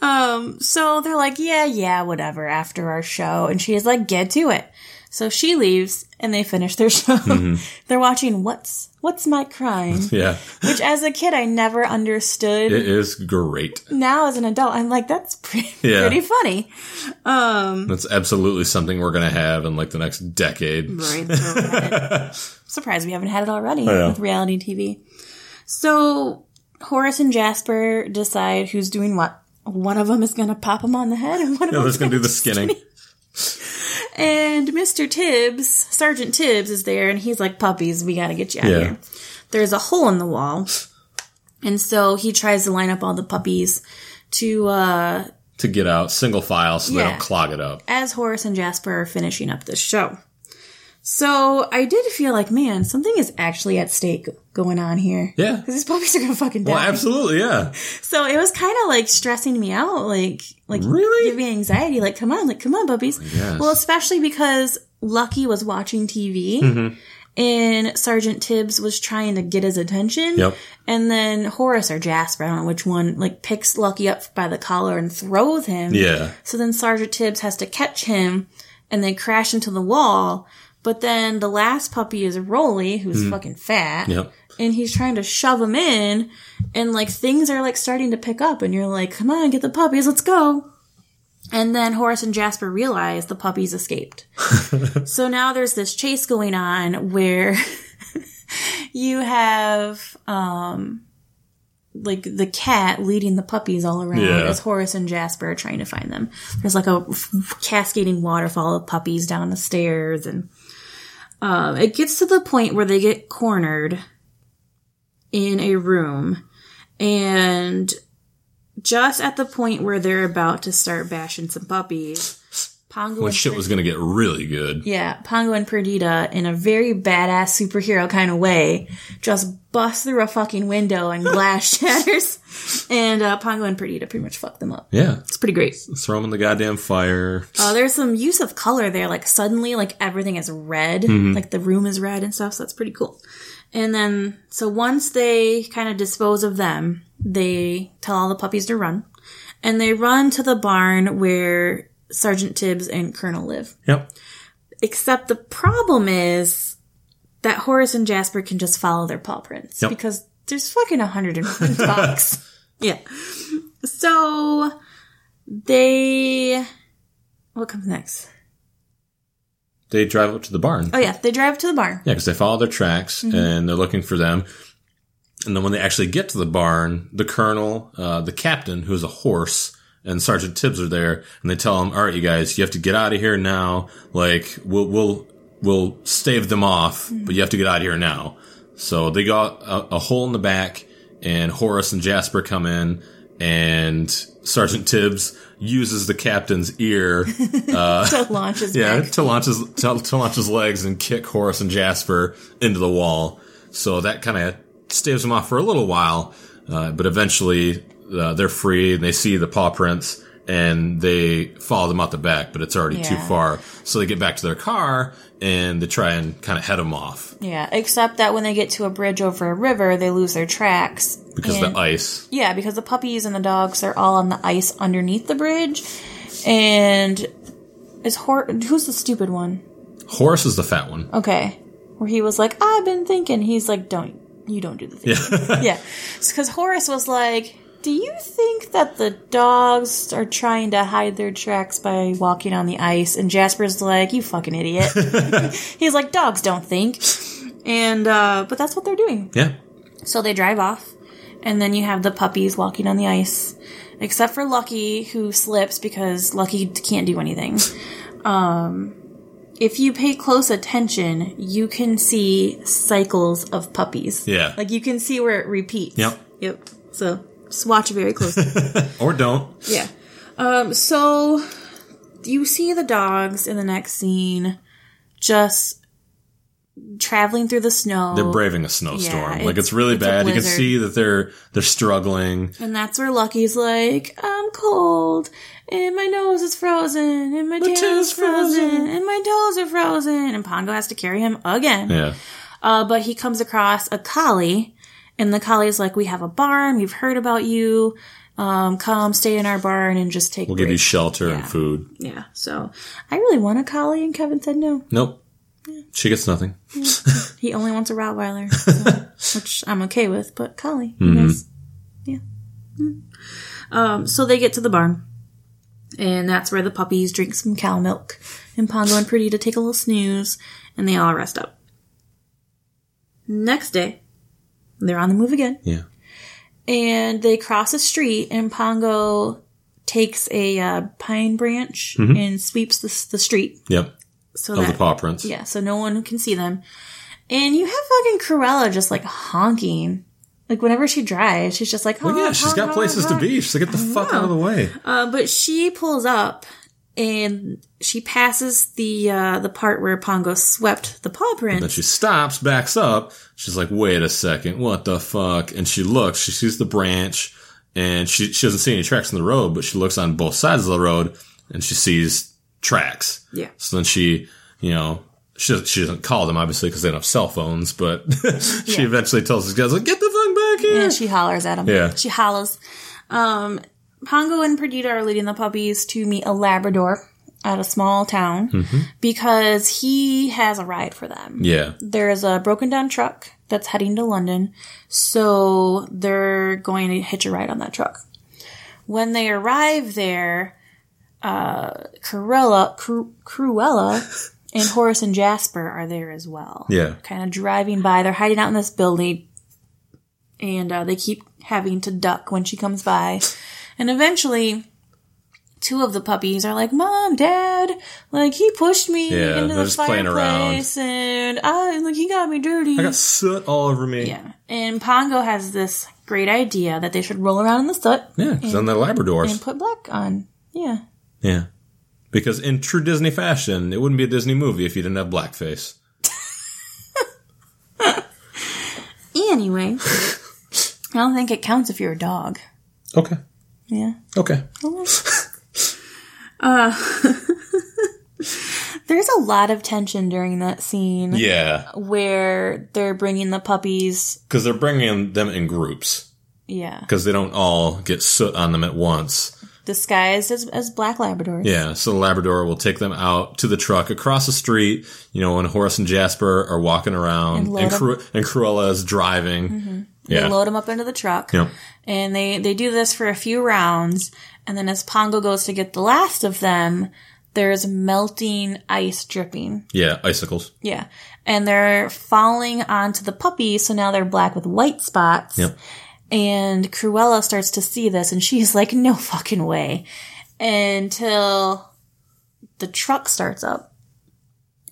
Um, So they're like, yeah, yeah, whatever, after our show. And she is like, get to it. So she leaves and they finish their show. they're watching What's What's My Crime?
yeah,
Which as a kid I never understood.
it is great.
now as an adult, I'm like, that's pretty,
Yeah.
pretty funny.
That's absolutely something we're gonna have in like the next decade.
Right. So we haven't- surprised we haven't had it already
know.
with reality TV. So Horace and Jasper decide who's doing what. One of them is going to pop him on the head, and one of
No,
them
that's gonna do the skinning.
And Mr. Tibbs, Sergeant Tibbs, is there, and he's like, "Puppies, we got to get you out
Yeah.
of here." There's a hole in the wall, and so he tries to line up all the puppies to uh,
to get out single file so they
Yeah.
don't clog it up.
as Horace and Jasper are finishing up this show. So I did feel like, man, something is actually at stake going on here.
Yeah.
because these puppies are gonna fucking die.
Well, absolutely, yeah.
So it was kind of like stressing me out, like like
Really? Oh
give me anxiety. Like come on, like come on, puppies. Well, especially because Lucky was watching TV.
Mm-hmm.
And Sergeant Tibbs was trying to get his attention.
Yep.
And then Horace or Jasper, I don't know which one, like picks Lucky up by the collar and throws him.
Yeah.
So then Sergeant Tibbs has to catch him and they crash into the wall. But then the last puppy is Rolly, who's fucking fat.
Mm. Yep.
And he's trying to shove him in. And like things are like starting to pick up. And you're like, come on, get the puppies, let's go. And then Horace and Jasper realize the puppies escaped. so now there's this chase going on where you have um like the cat leading the puppies all around
Yeah.
as Horace and Jasper are trying to find them. There's like a f- cascading waterfall of puppies down the stairs and um it gets to the point where they get cornered in a room and just at the point where they're about to start bashing some puppies, Pongo
When
and
shit was gonna get really good.
yeah, Pongo and Perdita, in a very badass superhero kind of way, just bust through a fucking window and glass shatters. And uh, Pongo and Perdita pretty much fuck them up.
Yeah.
It's pretty great.
Throw them in the goddamn fire.
Uh, there's some use of color there. Like suddenly, like everything is red. Like the room is red and stuff. So that's pretty cool. And then, so once they kind of dispose of them, they tell all the puppies to run, and they run to the barn where Sergeant Tibbs and Colonel live.
Yep.
Except the problem is that Horace and Jasper can just follow their paw prints
Yep.
because there's fucking 101 dogs. Yeah. So they. What comes next?
They drive up to the barn.
Oh, yeah. They drive to the barn.
Yeah, because they follow their tracks and they're looking for them. And then when they actually get to the barn, the colonel, uh, the captain, who's a horse, and Sergeant Tibbs are there, and they tell him, "All right, you guys, you have to get out of here now. Like, we'll we'll we'll stave them off, but you have to get out of here now." So they got a, a hole in the back, and Horace and Jasper come in, and Sergeant Tibbs uses the captain's ear
So it launches
yeah,
back.
to launch his to, to launch his legs and kick Horace and Jasper into the wall. So that kind of staves them off for a little while, uh, but eventually uh, they're free and they see the paw prints and they follow them out the back, but it's already too
Yeah.
far. So they get back to their car and they try and kind of head them off
Yeah. Except that when they get to a bridge over a river, they lose their tracks.
because
and-
the ice.
Yeah, because the puppies and the dogs are all on the ice underneath the bridge. And is Hor- who's the stupid one? Oh.
Horace is the fat one.
Okay. where he was like, "I've been thinking." He's like, "Don't you don't do the thinking." yeah, because Horace was like, "Do you think that the dogs are trying to hide their tracks by walking on the ice?" And Jasper's like, "You fucking idiot." He's like, "Dogs don't think," and uh, but that's what they're doing.
Yeah.
So they drive off, and then you have the puppies walking on the ice, except for Lucky, who slips because Lucky can't do anything. Um, if you pay close attention, you can see cycles of puppies.
Yeah.
Like you can see where it repeats.
Yep.
Yep. So just watch very closely.
Or don't.
Yeah. Um, so you see the dogs in the next scene just traveling through the snow.
They're braving a snowstorm.
Yeah,
like
it's-
it's really
it's a
bad. You can
blizzard.
see that they're they're struggling.
And that's where Lucky's like, I'm cold, and my nose is frozen, and my tail
tail's
is frozen,
frozen."
and my toes are frozen. And Pongo has to carry him again.
Yeah.
Uh, but he comes across a collie, and the collie's like, We have a barn, we've heard about you. Um, come stay in our barn and just take
We'll give you
breaks."
shelter and
Yeah.
food.
Yeah. So I really want a collie, and Kevin said no.
Nope. She gets nothing.
He only wants a Rottweiler, so- which I'm okay with, but Collie,
Mm-hmm.
I guess. Yeah. Mm. Um, so they get to the barn, and that's where the puppies drink some cow milk, and Pongo and Pretty to take a little snooze, and they all rest up. Next day, they're on the move again,
Yeah.
and they cross a street, and Pongo takes a uh, pine branch and sweeps the, s- the street.
Yep.
So
Mm-hmm. Of the
that
paw prints.
yeah, so no one can see them. And you have fucking Cruella just like honking. Like whenever she drives, she's just like, oh,
Well, yeah, she's got places to be. She's like, get the fuck out of the way.
Uh, but she pulls up and she passes the uh, the part where Pongo swept the paw
Then
print.
she stops, backs up. She's like, wait a second, what the fuck? And she looks, she sees the branch, and she, she doesn't see any tracks in the road, but she looks on both sides of the road, and she sees tracks.
Yeah.
So then she, you know, she, doesn't- she doesn't call them, obviously, because they don't have cell phones, but she
Yeah.
eventually tells this guy, like, get the fuck back here.
And she hollers at him.
Yeah.
She hollers. Um, Pongo and Perdita are leading the puppies to meet a Labrador at a small town
Mm-hmm.
because he has a ride for them.
Yeah.
there's a broken down truck that's heading to London, so they're going to hitch a ride on that truck. When they arrive there, uh, Cruella, Cru- Cruella and Horace and Jasper are there as well.
Yeah.
Kind of driving by. They're hiding out in this building, and uh, they keep having to duck when she comes by. And eventually, two of the puppies are like, "Mom, Dad, like he pushed me
Yeah,
into
they're
the
just
fireplace,
playing around.
and I like he got me dirty."
I got soot all over me.
yeah, and Pongo has this great idea that they should roll around in the soot
Yeah, she's on the Labradors.
and put black on. Yeah,
yeah. Because in true Disney fashion, it wouldn't be a Disney movie if you didn't have blackface.
Anyway, I don't think it counts if you're a dog.
Okay.
Yeah.
Okay.
There's a lot of tension during that scene
Yeah.
where they're bringing the puppies.
Because they're bringing them in groups
Yeah.
because they don't all get soot on them at once.
Disguised as, as black Labradors.
Yeah, so the Labrador will take them out to the truck across the street. You know, when Horace and Jasper are walking
And
around
Mm-hmm.
and,
load 'em.
Cru- and Cruella is driving.
They
Yeah.
load them up into the truck.
Yep.
And they, they do this for a few rounds. And then as Pongo goes to get the last of them, there's melting ice dripping.
Yeah, icicles.
Yeah. And they're falling onto the puppies, so now they're black with white spots.
Yep.
And Cruella starts to see this and she's like, no fucking way. Until the truck starts up.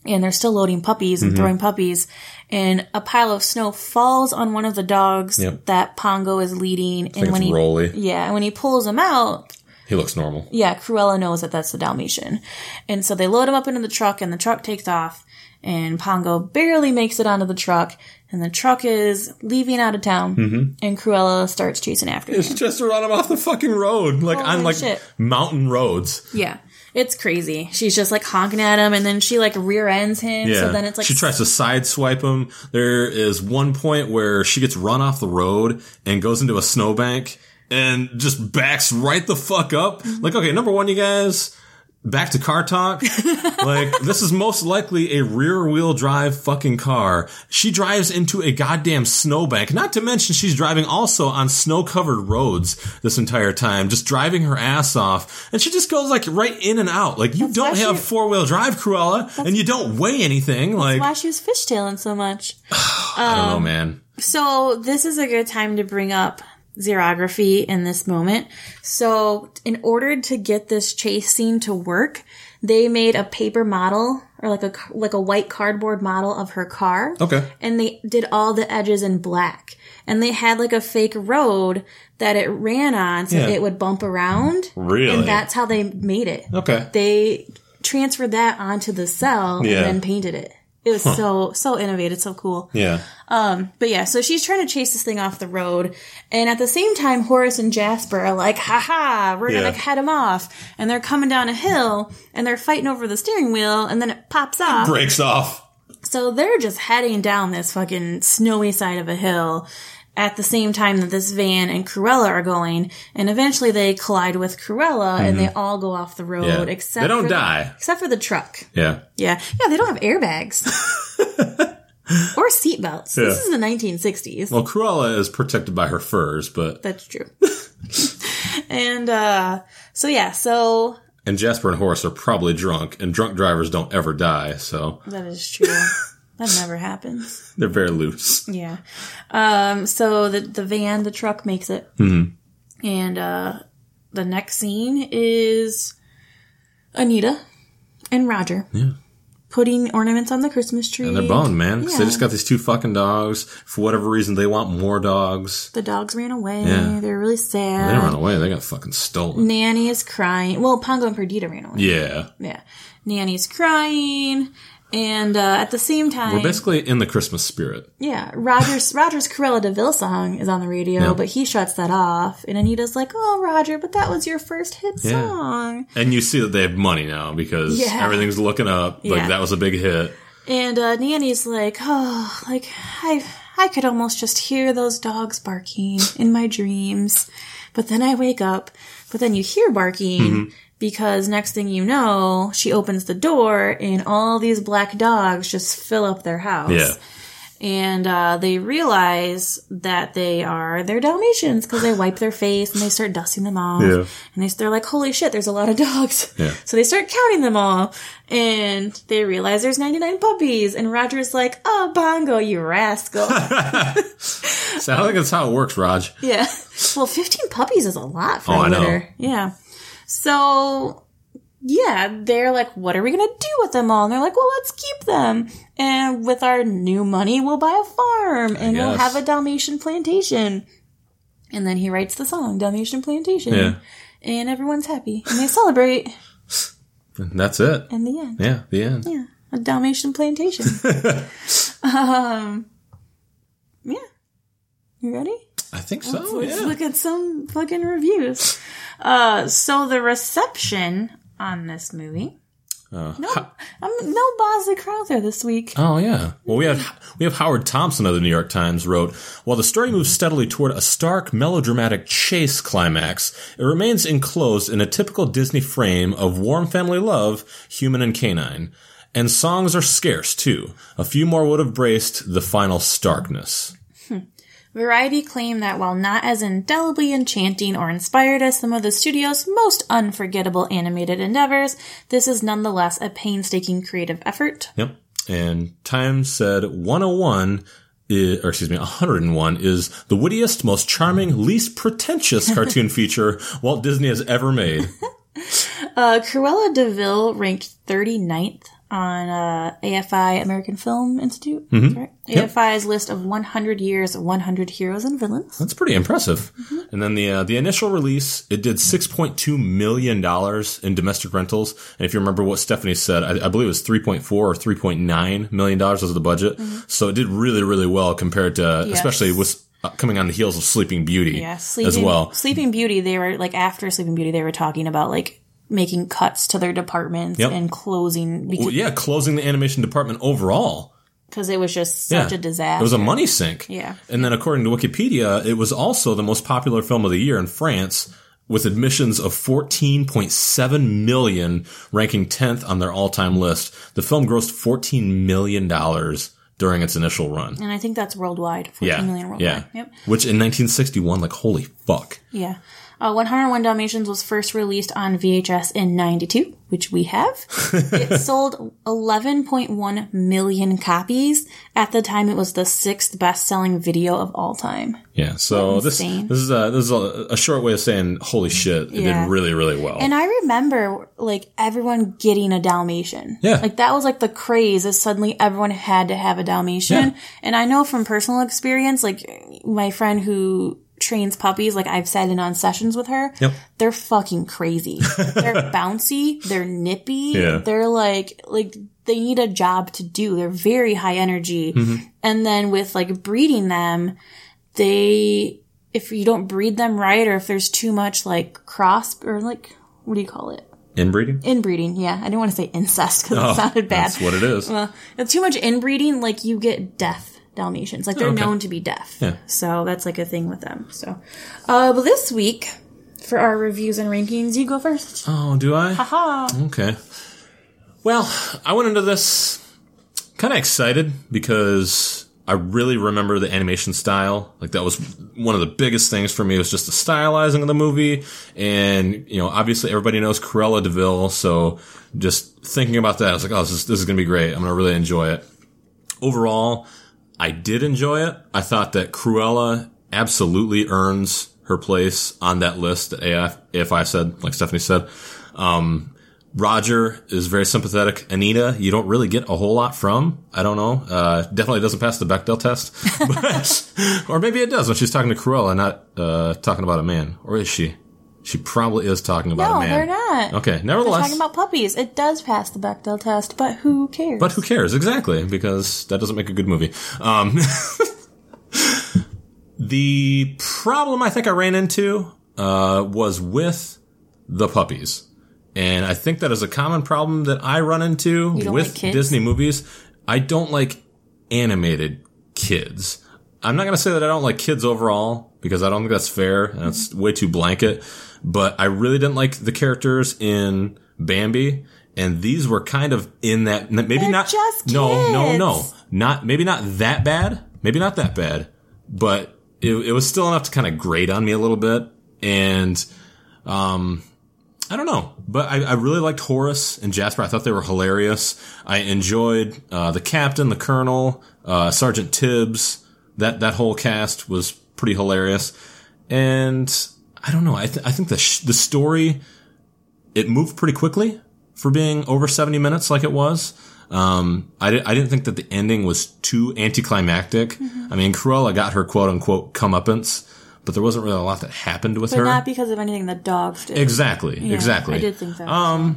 And they're still loading puppies
Mm-hmm.
and throwing puppies. And a pile of snow falls on one of the dogs
Yep.
that Pongo is leading.
I think
and when
it's
he
Rolly.
Yeah, and when he pulls him out,
He looks normal.
yeah, Cruella knows that that's the Dalmatian. And so they load him up into the truck and the truck takes off and Pongo barely makes it onto the truck and the truck is leaving out of town and Cruella starts chasing after him.
Mm-hmm. It's just to run him off the fucking road, like
Holy
on like
shit.
mountain roads.
Yeah. It's crazy. She's just like honking at him and then she like rear ends him.
Yeah.
So then it's like
she tries to sideswipe him. There is one point where she gets run off the road and goes into a
Mm-hmm.
snowbank and just backs right the fuck up. Like, okay, number one, you guys, back to car talk. like, this is most likely a rear wheel drive fucking car. She drives into a goddamn snowbank. Not to mention, she's driving also on snow covered roads this entire time, just driving her ass off. And she just goes like right in and out. Like, you
That's
don't
why
have
she-
four wheel drive, Cruella, and you don't weigh anything. Like,
Why she was fishtailing so much.
I don't know, man.
So this is a good time to bring up xerography in this moment. So in order to get this chase scene to work, they made a paper model or like a like a white cardboard model of her car.
Okay.
And they did all the edges in black. And they had like a fake road that it ran on so
Yeah.
it would bump around.
Really?
And that's how they made it.
Okay.
They transferred that onto the cell
Yeah.
and then painted it. It was so so innovative, so cool.
yeah.
But yeah, so she's trying to chase this thing off the road, and at the same time, Horace and Jasper are like, "Ha ha, we're
Yeah.
gonna head him off!" And they're coming down a hill, and they're fighting over the steering wheel, and then it pops off.
Breaks off.
So they're just heading down this fucking snowy side of a hill at the same time that this van and Cruella are going, and eventually they collide with Cruella, and they all go off the road.
Mm-hmm. Yeah.
Except
They don't
for the-
die.
except for the truck.
Yeah.
Yeah. Yeah, they don't have airbags. or seatbelts.
Yeah.
This is the 1960s.
Well, Cruella is protected by her furs, but
That's true. and uh so yeah, so
and Jasper and Horace are probably drunk, and drunk drivers don't ever die, so
that is true. that never happens.
they're very loose.
Yeah. Um so the the van, the truck makes it.
Mm-hmm.
And uh the next scene is Anita and Roger. Yeah. Putting ornaments on the Christmas tree.
And they're boned, man, 'cause they
Yeah.
just got these two fucking dogs. For whatever reason, they want more dogs.
The dogs ran away.
Yeah.
They're really
They
sad.
don't run away; they got fucking stolen.
Nanny is crying. Well, Pongo and Perdita ran away.
Yeah,
Yeah. Nanny's crying. And uh, at the same time,
we're basically in the Christmas spirit.
yeah, Roger's Roger's Cruella Deville song is on the radio, but he shuts that off. And Anita's like, "Oh, Roger, but that was your first hit
Yeah.
song."
And you see that they have money now because
Yeah.
everything's looking up. Like
Yeah.
that was a big hit.
And uh, Nanny's like, "Oh, like I I could almost just hear those dogs barking in my dreams, but then I wake up, but then you hear barking."
Mm-hmm.
Because next thing you know, she opens the door and all these black dogs just fill up their house.
Yeah,
and uh, they realize that they are their Dalmatians because they wipe their face and they start dusting them off.
Yeah.
And they, they're like, holy shit, there's a lot of dogs.
Yeah.
So they start counting them all and they realize there's 99 puppies. And Roger's like, oh, Bongo, you rascal.
so I think that's how it works, Raj.
yeah. Well, 15 puppies is a lot for
Oh,
a
I know.
litter. Yeah. So. Yeah, they're like, what are we gonna do with them all? And they're like, well, let's keep them. And with our new money, we'll buy a farm and we'll
guess.
have a Dalmatian plantation. And then he writes the song, Dalmatian Plantation.
Yeah.
And everyone's happy. And they celebrate
And that's it.
in the end.
Yeah, the end.
Yeah. A Dalmatian plantation. um, yeah. You ready?
I think so.
Let's
Yeah.
look at some fucking reviews. Uh, so the reception on this movie. no, I'm no Bosley Crowther this week.
Oh yeah. Well, we have we have Howard Thompson of the New York Times wrote, while the story moves steadily toward a stark melodramatic chase climax, it remains enclosed in a typical Disney frame of warm family love, human and canine. And songs are scarce too. A few more would have braced the final starkness.
Variety claimed that while not as indelibly enchanting or inspired as some of the studio's most unforgettable animated endeavors, this is nonetheless a painstaking creative effort.
Yep. And Time said 101 i or excuse me, 101 is the wittiest, most charming, least pretentious cartoon feature Walt Disney has ever made.
Uh, Cruella DeVille ranked 39th on uh, AFI American Film Institute. That's right. AFI's list of 100 years, 100 heroes and villains.
That's pretty impressive.
Mm-hmm.
And then the uh, the initial release, it did six point two million dollars in domestic rentals. And if you remember what Stephanie said, I, I believe it was three point four or three point nine million dollars was the budget. So it did really really well compared to,
Mm-hmm. Yes.
especially with uh, coming on the heels of Sleeping Beauty
Yeah,
as well.
Sleeping Beauty, they were like after Sleeping Beauty, they were talking about like making cuts to their departments
Yep.
and closing
Well,
because
yeah, closing the animation department overall.
it was just
Yeah.
such a disaster.
It was a money sink.
Yeah.
And then according to Wikipedia, it was also the most popular film of the year in France with admissions of 14.7 million, ranking 10th on their all-time list. The film grossed 14 million dollars during its initial run.
And I think that's worldwide.
Yeah.
Fourteen million
yeah.
worldwide. Yep.
Which in 1961 like holy fuck.
Yeah. Uh, 101 Dalmatians was first released on VHS in 92, which we have. it sold 11.1 million copies. At the time, it was the sixth best selling video of all time.
Yeah. So this
Insane.
this is a this is a, a short way of saying holy shit, it
Yeah.
did really really well.
And I remember, like, everyone getting a Dalmatian.
Yeah.
Like, that was, like, the craze is suddenly everyone had to have a Dalmatian.
Yeah.
And I know from personal experience, like, my friend who trains puppies, like, I've sat in on sessions with her.
Yep.
They're fucking crazy. they're bouncy. They're nippy.
Yeah.
They're, like, like, they need a job to do. They're very high energy.
Mm-hmm.
And then with, like, breeding them, they if you don't breed them right or if there's too much like cross or like what do you call it
Inbreeding?
inbreeding yeah i didn't want to say incest because it sounded bad
Oh, That's what it is.
Uh, if too much inbreeding like you get deaf dalmatians like they're
okay.
known to be deaf
Yeah.
so that's like a thing with them so uh but this week for our reviews and rankings you go first
oh, do I?
ha
Okay. Well, I went into this kind of excited because I really remember the animation style. Like that was one of the biggest things for me was just the stylizing of the movie. And, you know, obviously everybody knows Cruella DeVille. So just thinking about that, I was like, oh, this is, this is going to be great. I'm going to really enjoy it. Overall, I did enjoy it. I thought that Cruella absolutely earns her place on that list that AF, AFI said, like Stephanie said. Um, Roger is very sympathetic. Anita, you don't really get a whole lot from. I don't know. Uh, definitely doesn't pass the Bechdel test. But, or maybe it does when she's talking to Cruella, not uh, talking about a man. Or is she? She probably is talking about
no
a Oh, man.
Oh, they're not
Okay,
we're
nevertheless.
talking about puppies it does pass the bechdel test but who cares
But who cares? Exactly, because that doesn't make a good movie. Um, the problem I think I ran into uh, was with the puppies. And I think that is a common problem that I run into
don't
with
like kids?
Disney movies. I don't like animated kids. I'm not going to say that I don't like kids overall because I don't think that's fair. and That's way too blanket. But I really didn't like the characters in Bambi. And these were kind of in that, maybe
They're
not,
just
no, no,
kids.
no, not, maybe not that bad. Maybe not that bad, but it, it was still enough to kind of grate on me a little bit. And, um, I don't know, but I, I really liked Horace and Jasper. I thought they were hilarious. I enjoyed uh, the captain, the colonel, uh, Sergeant Tibbs. That that whole cast was pretty hilarious. And I don't know. I, th- I think the sh- the story it moved pretty quickly for being over seventy minutes, like it was. Um, I, di- I didn't think that the ending was too anticlimactic.
Mm-hmm.
I mean, Cruella got her quote unquote comeuppance, but there wasn't really a lot that happened with
but
her.
not because of anything the dogs did
Exactly. exactly. Um,
i did think that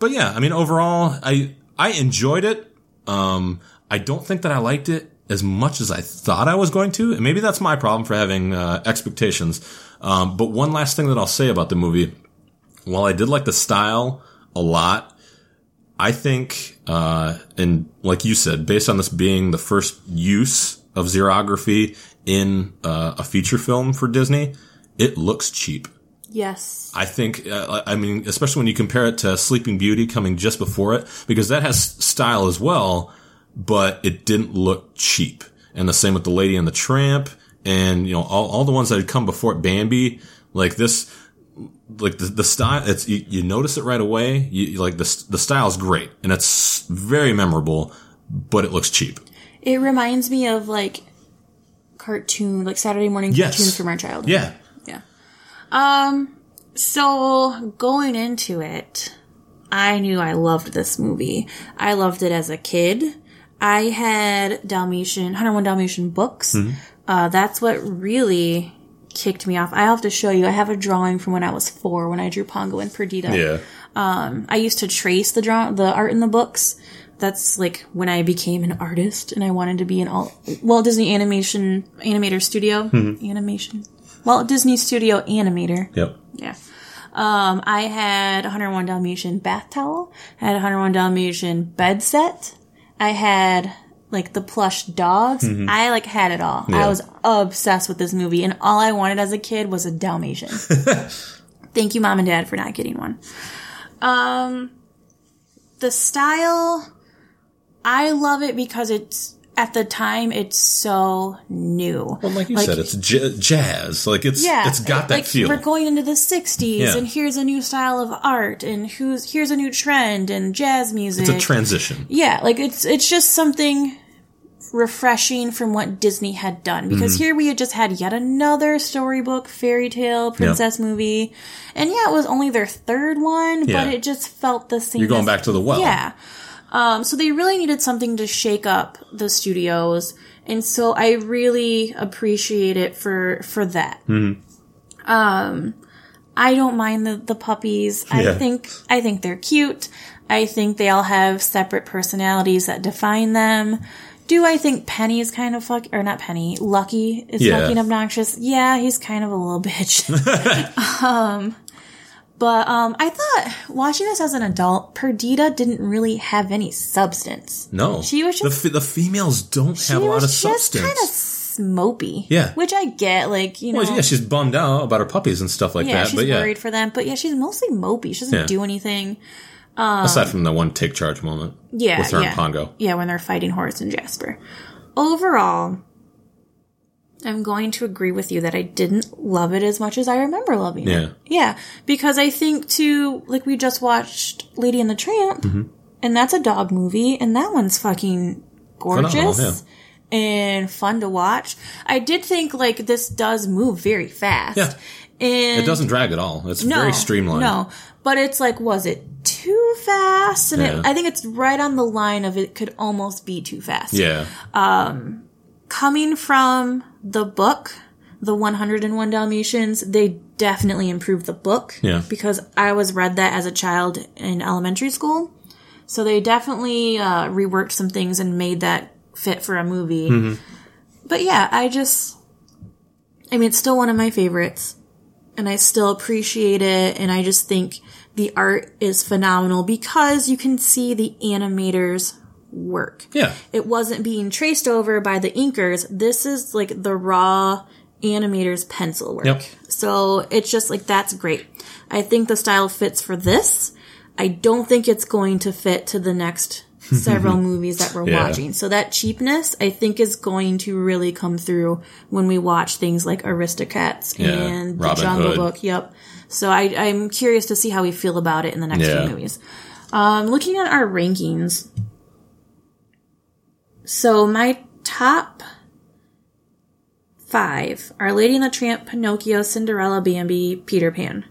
But yeah, I mean, overall, I I enjoyed it. Um, I don't think that I liked it as much as I thought I was going to, and maybe that's my problem for having uh, expectations. Um, but one last thing that I'll say about the movie, while I did like the style a lot, I think, uh, and like you said, based on this being the first use of xerography in uh, a feature film for Disney, it looks cheap.
yes
I think, uh, I mean, especially when you compare it to Sleeping Beauty coming just before it, because that has style as well, but it didn't look cheap. And the same with The Lady and the Tramp and, you know, all, all the ones that had come before it, Bambi, like this, like the, the style, it's, you, you notice it right away. You, you like the, s- the style's great and it's very memorable, but it looks cheap.
It reminds me of like cartoon, like Saturday morning
Yes.
cartoons from our childhood.
Yeah.
Yeah. Um. So going into it, I knew I loved this movie. I loved it as a kid. I had Dalmatian 101 Dalmatian books.
Hmm.
Uh, that's what really kicked me off. I have to show you. I have a drawing from when I was four when I drew Pongo and Perdita. I used to trace the draw the art in the books. That's like when I became an artist and I wanted to be an all Walt Disney Animation Animator Studio animation. Walt Disney Studio Animator.
Yep.
Yeah. Um, I had 101 Dalmatian bath towel. I had 101 Dalmatian bed set. I had like the plush dogs.
Mm-hmm.
I like had it all. I was obsessed with this movie, and all I wanted as a kid was a Dalmatian. Thank you, mom and dad, for not getting one. Um, the style, I love it because it's at the time it's so new.
Well, like you said, it's j- jazz. Like it's
yeah,
it's got that
like,
feel.
We're going into the '60s,
Yeah.
and here's a new style of art, and who's here's a new trend, and jazz music.
it's a transition.
Yeah, like it's it's just something refreshing from what Disney had done because
Mm-hmm.
here we had just had yet another storybook fairy tale princess movie, and yeah, it was only their third one,
Yeah.
but it just felt the same.
You're going
as-
back to the well.
yeah. Um, so they really needed something to shake up the studios, and so I really appreciate it for for that. Um,
Mm-hmm.
I don't mind the, the puppies. I
Yeah.
think I think they're cute. I think they all have separate personalities that define them. Do I think Penny is kind of fuck or not Penny? Lucky is
Yeah.
fucking obnoxious. Yeah, he's kind of a little bitch. But um, I thought watching this as an adult, Perdita didn't really have any substance.
No,
She was just-
the, fe- the females don't have a lot of substance.
kind of mopey.
Yeah.
which I get. Like you know,
well, yeah, she's bummed out about her puppies and stuff like
yeah,
that.
she's
But yeah,
worried for them. But yeah, she's mostly mopey. She doesn't
Yeah.
do anything.
aside from the one take charge moment
um, Yeah,
with her
yeah.
and Pongo.
Yeah, when they're fighting Horace and Jasper. Overall, I'm going to agree with you that I didn't love it as much as I remember loving
Yeah.
it. Yeah, because I think too, like we just watched Lady and the Tramp,
Mm-hmm.
and that's a dog movie, and that one's fucking gorgeous
Phenomenal,
and fun to watch. I did think like this does move very fast.
Yeah.
And
It doesn't drag at all. It's very streamlined.
no, but it's like, was it too fast? And
Yeah.
it, I think it's right on the line of it could almost be too fast.
Yeah,
Coming from the book, the 101 Dalmatians, they definitely improved the book.
Yeah.
Because I was read that as a child in elementary school. So they definitely uh, reworked some things and made that fit for a movie. But yeah, I just, I mean, it's still one of my favorites and I still appreciate it. And I just think the art is phenomenal because you can see the animators work.
yeah.
It wasn't being traced over by the inkers. This is like the raw animator's pencil work.
Yep.
So it's just like that's great. I think the style fits for this. I don't think it's going to fit to the next several movies that we're
Yeah.
watching. So that cheapness, I think, is going to really come through when we watch things like Aristocats
Yeah,
and The
Robin
Jungle
Hood.
Book. Yep. So I, I'm curious to see how we feel about it in the next
Yeah.
few movies. Um, looking at our rankings, so my top five are Lady and the Tramp, Pinocchio, Cinderella, Bambi, Peter Pan.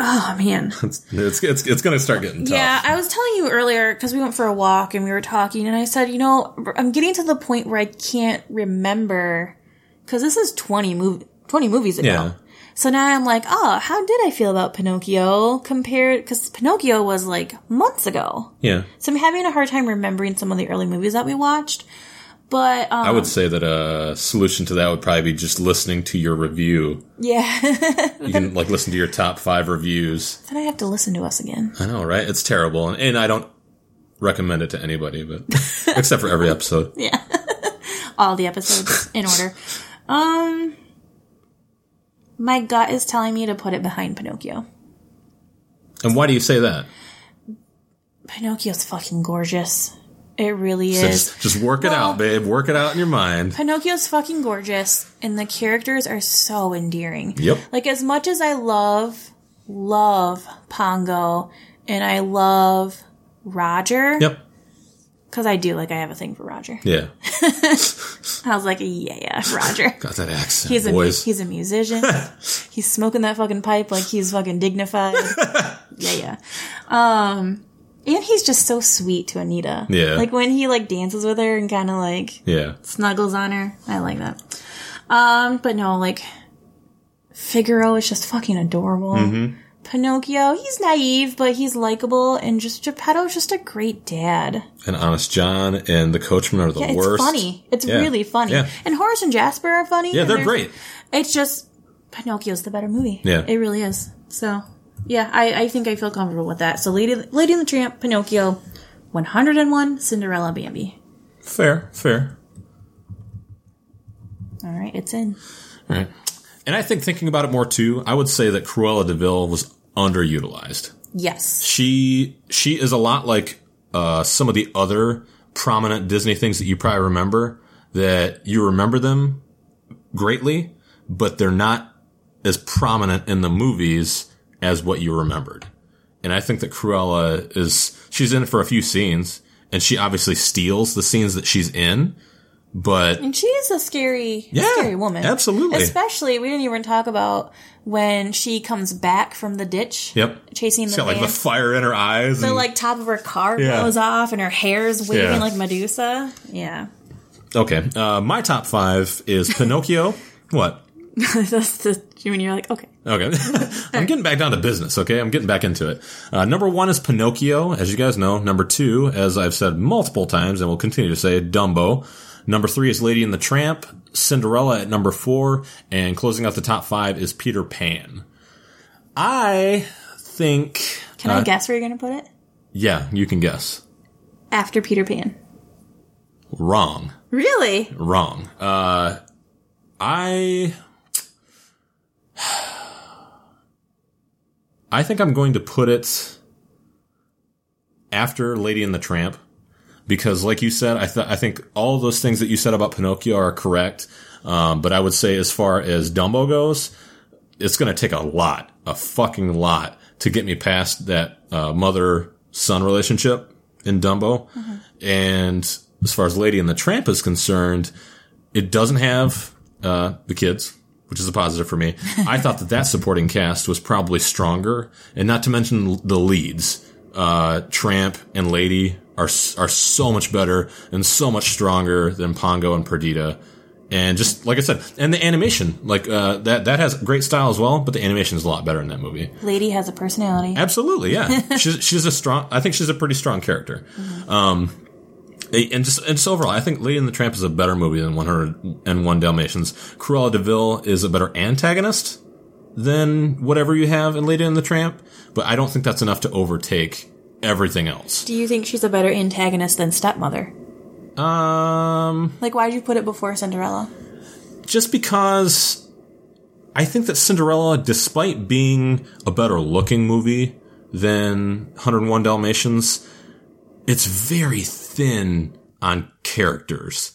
Oh man.
It's it's it's, it's going to start getting tough.
Yeah, I was telling you earlier because we went for a walk and we were talking, and I said, you know, I'm getting to the point where I can't remember because this is 20 mov- 20 movies ago.
Yeah.
So now I'm like, oh, how did I feel about Pinocchio compared? Because Pinocchio was like months ago.
yeah.
So I'm having a hard time remembering some of the early movies that we watched. But um,
I would say that a solution to that would probably be just listening to your review.
yeah,
You can like listen to your top five reviews.
then I have to listen to us again.
I know, right? It's terrible, and, and I don't recommend it to anybody, but except for every episode.
All the episodes in order. Um, my gut is telling me to put it behind Pinocchio.
And why do you say that?
Pinocchio's fucking gorgeous. It really is.
Just, just work it
Well-
out, babe. Work it out in your mind.
Pinocchio's fucking gorgeous, and the characters are so endearing.
Yep.
Like as much as I love, love Pongo, and I love Roger.
Yep.
Because I do like I have a thing for Roger.
Yeah.
I was like, yeah, Roger.
Got that accent,
He's a
boys.
he's a musician. he's smoking that fucking pipe like he's fucking dignified. yeah, yeah. Um, and he's just so sweet to Anita.
Yeah.
like when he like dances with her and kind of like
yeah.
snuggles on her. I like that. Um, but no, like Figaro is just fucking adorable.
Mm-hmm.
Pinocchio, he's naive but he's likable, and just Geppetto's just a great dad.
And Honest John and the Coachman are the
Yeah, it's
worst.
funny. It's
Yeah.
really funny.
Yeah.
And Horace and Jasper are funny.
Yeah,
and
they're
there's-
great.
it's just Pinocchio's the better movie.
Yeah.
it really is. So yeah, I, I think I feel comfortable with that. So Lady Lady and the Tramp, Pinocchio, 101, Cinderella, Bambi.
Fair, fair.
All right, it's in.
All right. And I think thinking about it more too, I would say that Cruella Deville was underutilized.
Yes.
She she is a lot like uh, some of the other prominent Disney things that you probably remember that you remember them greatly, but they're not as prominent in the movies as what you remembered. And I think that Cruella is she's in for a few scenes, and she obviously steals the scenes that she's in, but
And she is a scary,
Yeah,
scary woman.
absolutely.
Especially, we didn't even talk about when she comes back from the ditch.
Yep.
Chasing the,
she's got like the
van.
fire in her eyes.
the
and-
like top of her car
Yeah.
blows off and her hair's waving
Yeah.
like Medusa. Yeah.
okay, uh, my top five is Pinocchio. what?
That's the when you're like, okay.
Okay. I'm getting back down to business, okay? I'm getting back into it. Uh, number one is Pinocchio, as you guys know. Number two, as I've said multiple times and will continue to say, Dumbo. Number three is Lady and the Tramp, Cinderella at number four, and closing out the top five is Peter Pan. I think.
Can I guess where you're gonna put it?
Yeah, you can guess.
After Peter Pan.
Wrong.
Really?
Wrong. Uh, I. I think I'm going to put it after Lady and the Tramp because, like you said, I, th- I think all those things that you said about Pinocchio are correct. Um, but I would say, as far as Dumbo goes, it's going to take a lot, a fucking lot, to get me past that uh, mother son relationship in Dumbo. And as far as Lady and the Tramp is concerned, it doesn't have uh, the kids, which is a positive for me. I thought that that supporting cast was probably stronger, and not to mention l- the leads. Uh, Tramp and Lady are s- are so much better and so much stronger than Pongo and Perdita. And just like I said, and the animation, like uh, that, that has great style as well. But the animation is a lot better in that movie.
Lady has a personality.
Absolutely, yeah. she's she's a strong. I think she's a pretty strong character. Um, and just and just overall, I think Lady and the Tramp is a better movie than One Hundred and One Dalmatians. Cruella Deville is a better antagonist than whatever you have in Lady and the Tramp, but I don't think that's enough to overtake everything else.
Do you think she's a better antagonist than stepmother?
Um,
Like why'd you put it before Cinderella?
just because I think that Cinderella, despite being a better looking movie than 101 Dalmatians, it's very thin on characters.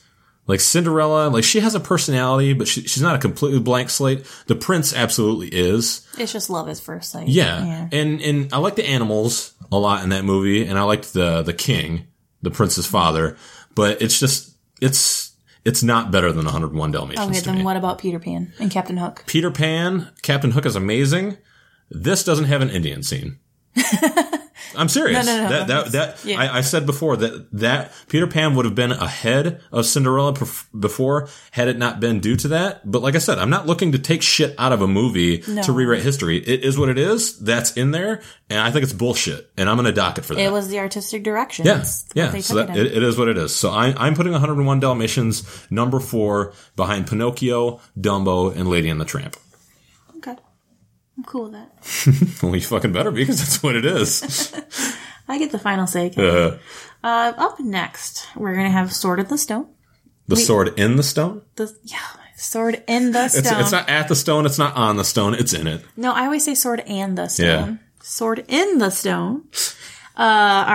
Like Cinderella, like she has a personality, but she, she's not a completely blank slate. The prince absolutely is.
It's just love at first sight.
Yeah. And and I like the animals a lot in that movie, and I liked the the king, the prince's father, but it's just it's it's not better than 101 Dalmatians.
Okay,
to
then
me.
what about Peter Pan and Captain Hook?
Peter Pan, Captain Hook is amazing. This doesn't have an Indian scene. I'm serious.
No, no, no.
That, that, that,
Yeah.
I, I said before that, that Peter Pan would have been ahead of Cinderella perf- before had it not been due to that. But like I said, I'm not looking to take shit out of a movie to rewrite history. It is what it is. That's in there. And I think it's bullshit. And I'm going to dock it for that.
It was the artistic direction.
Yeah,
That's what
yeah.
they
So
took
that,
it in.
it, it is what it is. So I, I'm putting 101 Dalmatians number four behind Pinocchio, Dumbo, and Lady and the Tramp.
okay. I'm cool with that.
Well, you fucking better be because that's what it is.
I get the final say. Kate.
Uh,
Uh, up next, we're gonna have Sword in the Stone.
the sword in the stone?
The yeah, Sword in the Stone.
It's, it's not at the stone. It's not on the stone. It's in it.
No, I always say sword and the stone.
Yeah.
Sword in the stone. Uh,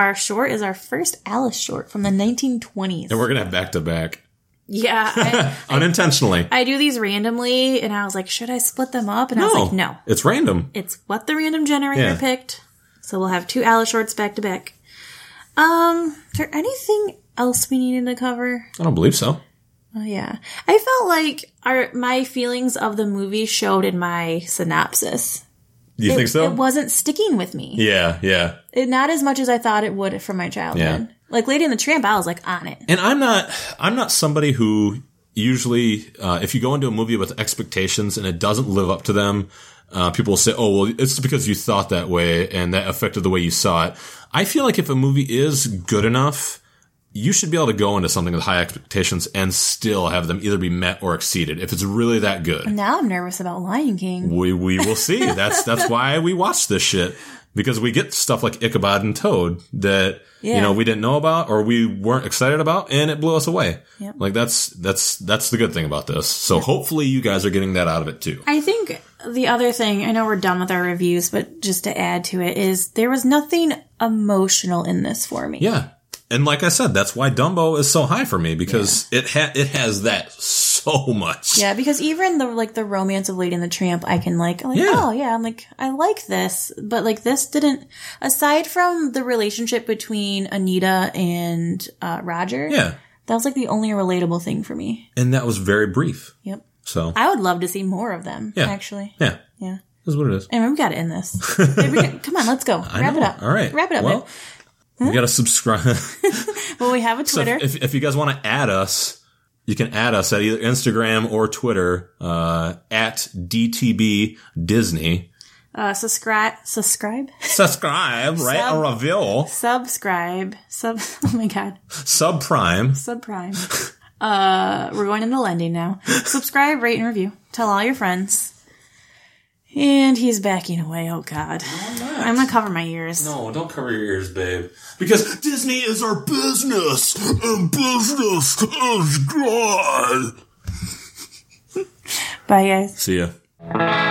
our short is our first Alice short from the 1920s.
And we're gonna have back to back
yeah, I,
unintentionally.
I do these randomly, and I was like, should I split them up? And I was like, no,
Oh, it's random.
it's what the random generator
Yeah.
picked. So we'll have two Alice shorts back to back. Um, is there anything else we needed to cover?
I don't believe so.
Oh yeah, I felt like our my feelings of the movie showed in my synopsis.
You think so?
It wasn't sticking with me.
yeah, yeah.
it, not as much as I thought it would from my childhood.
Yeah.
Like Lady and the Tramp, I was like on it.
And I'm not. I'm not somebody who usually, uh, if you go into a movie with expectations and it doesn't live up to them, uh, people will say, "Oh, well, it's because you thought that way and that affected the way you saw it." I feel like if a movie is good enough, you should be able to go into something with high expectations and still have them either be met or exceeded if it's really that good.
Now I'm nervous about Lion King.
We we will see. That's that's why we watch this shit. because we get stuff like Ichabod and Toad that you
Yeah.
know we didn't know about or we weren't excited about, and it blew us away.
Yep.
Like that's that's that's the good thing about this. So hopefully you guys are getting that out of it too.
I think the other thing, I know we're done with our reviews, but just to add to it is there was nothing emotional in this for me.
Yeah. And like I said, that's why Dumbo is so high for me because it ha- it has that so much.
Yeah, because even the like the romance of Lady and the Tramp, I can like, like
Yeah.
oh yeah, I'm like I like this, but like this didn't. Aside from the relationship between Anita and uh, Roger,
Yeah.
that was like the only relatable thing for me.
And that was very brief.
Yep,
So
I would love to see more of them.
Yeah.
actually,
yeah,
yeah.
that's what it is.
And we got to end this. Hey, we got- Come on, let's go.
I
Wrap it
know.
up.
All right.
wrap it up.
Well,
babe.
we got to subscribe.
well, we have a
So
Twitter.
if, if you guys want to add us, you can add us at either Instagram or Twitter uh, at DTB Disney.
uh, subscribe, subscribe,
Subscribe, write
Sub-
a review.
subscribe, sub. Oh my god,
Subprime.
subprime. uh, we're going into lending now. Subscribe, rate, and review. Tell all your friends. And he's backing away. Oh god, I'm gonna cover my ears.
No, don't cover your ears, babe. Because Disney is our business, and business is God.
Bye, guys.
See ya.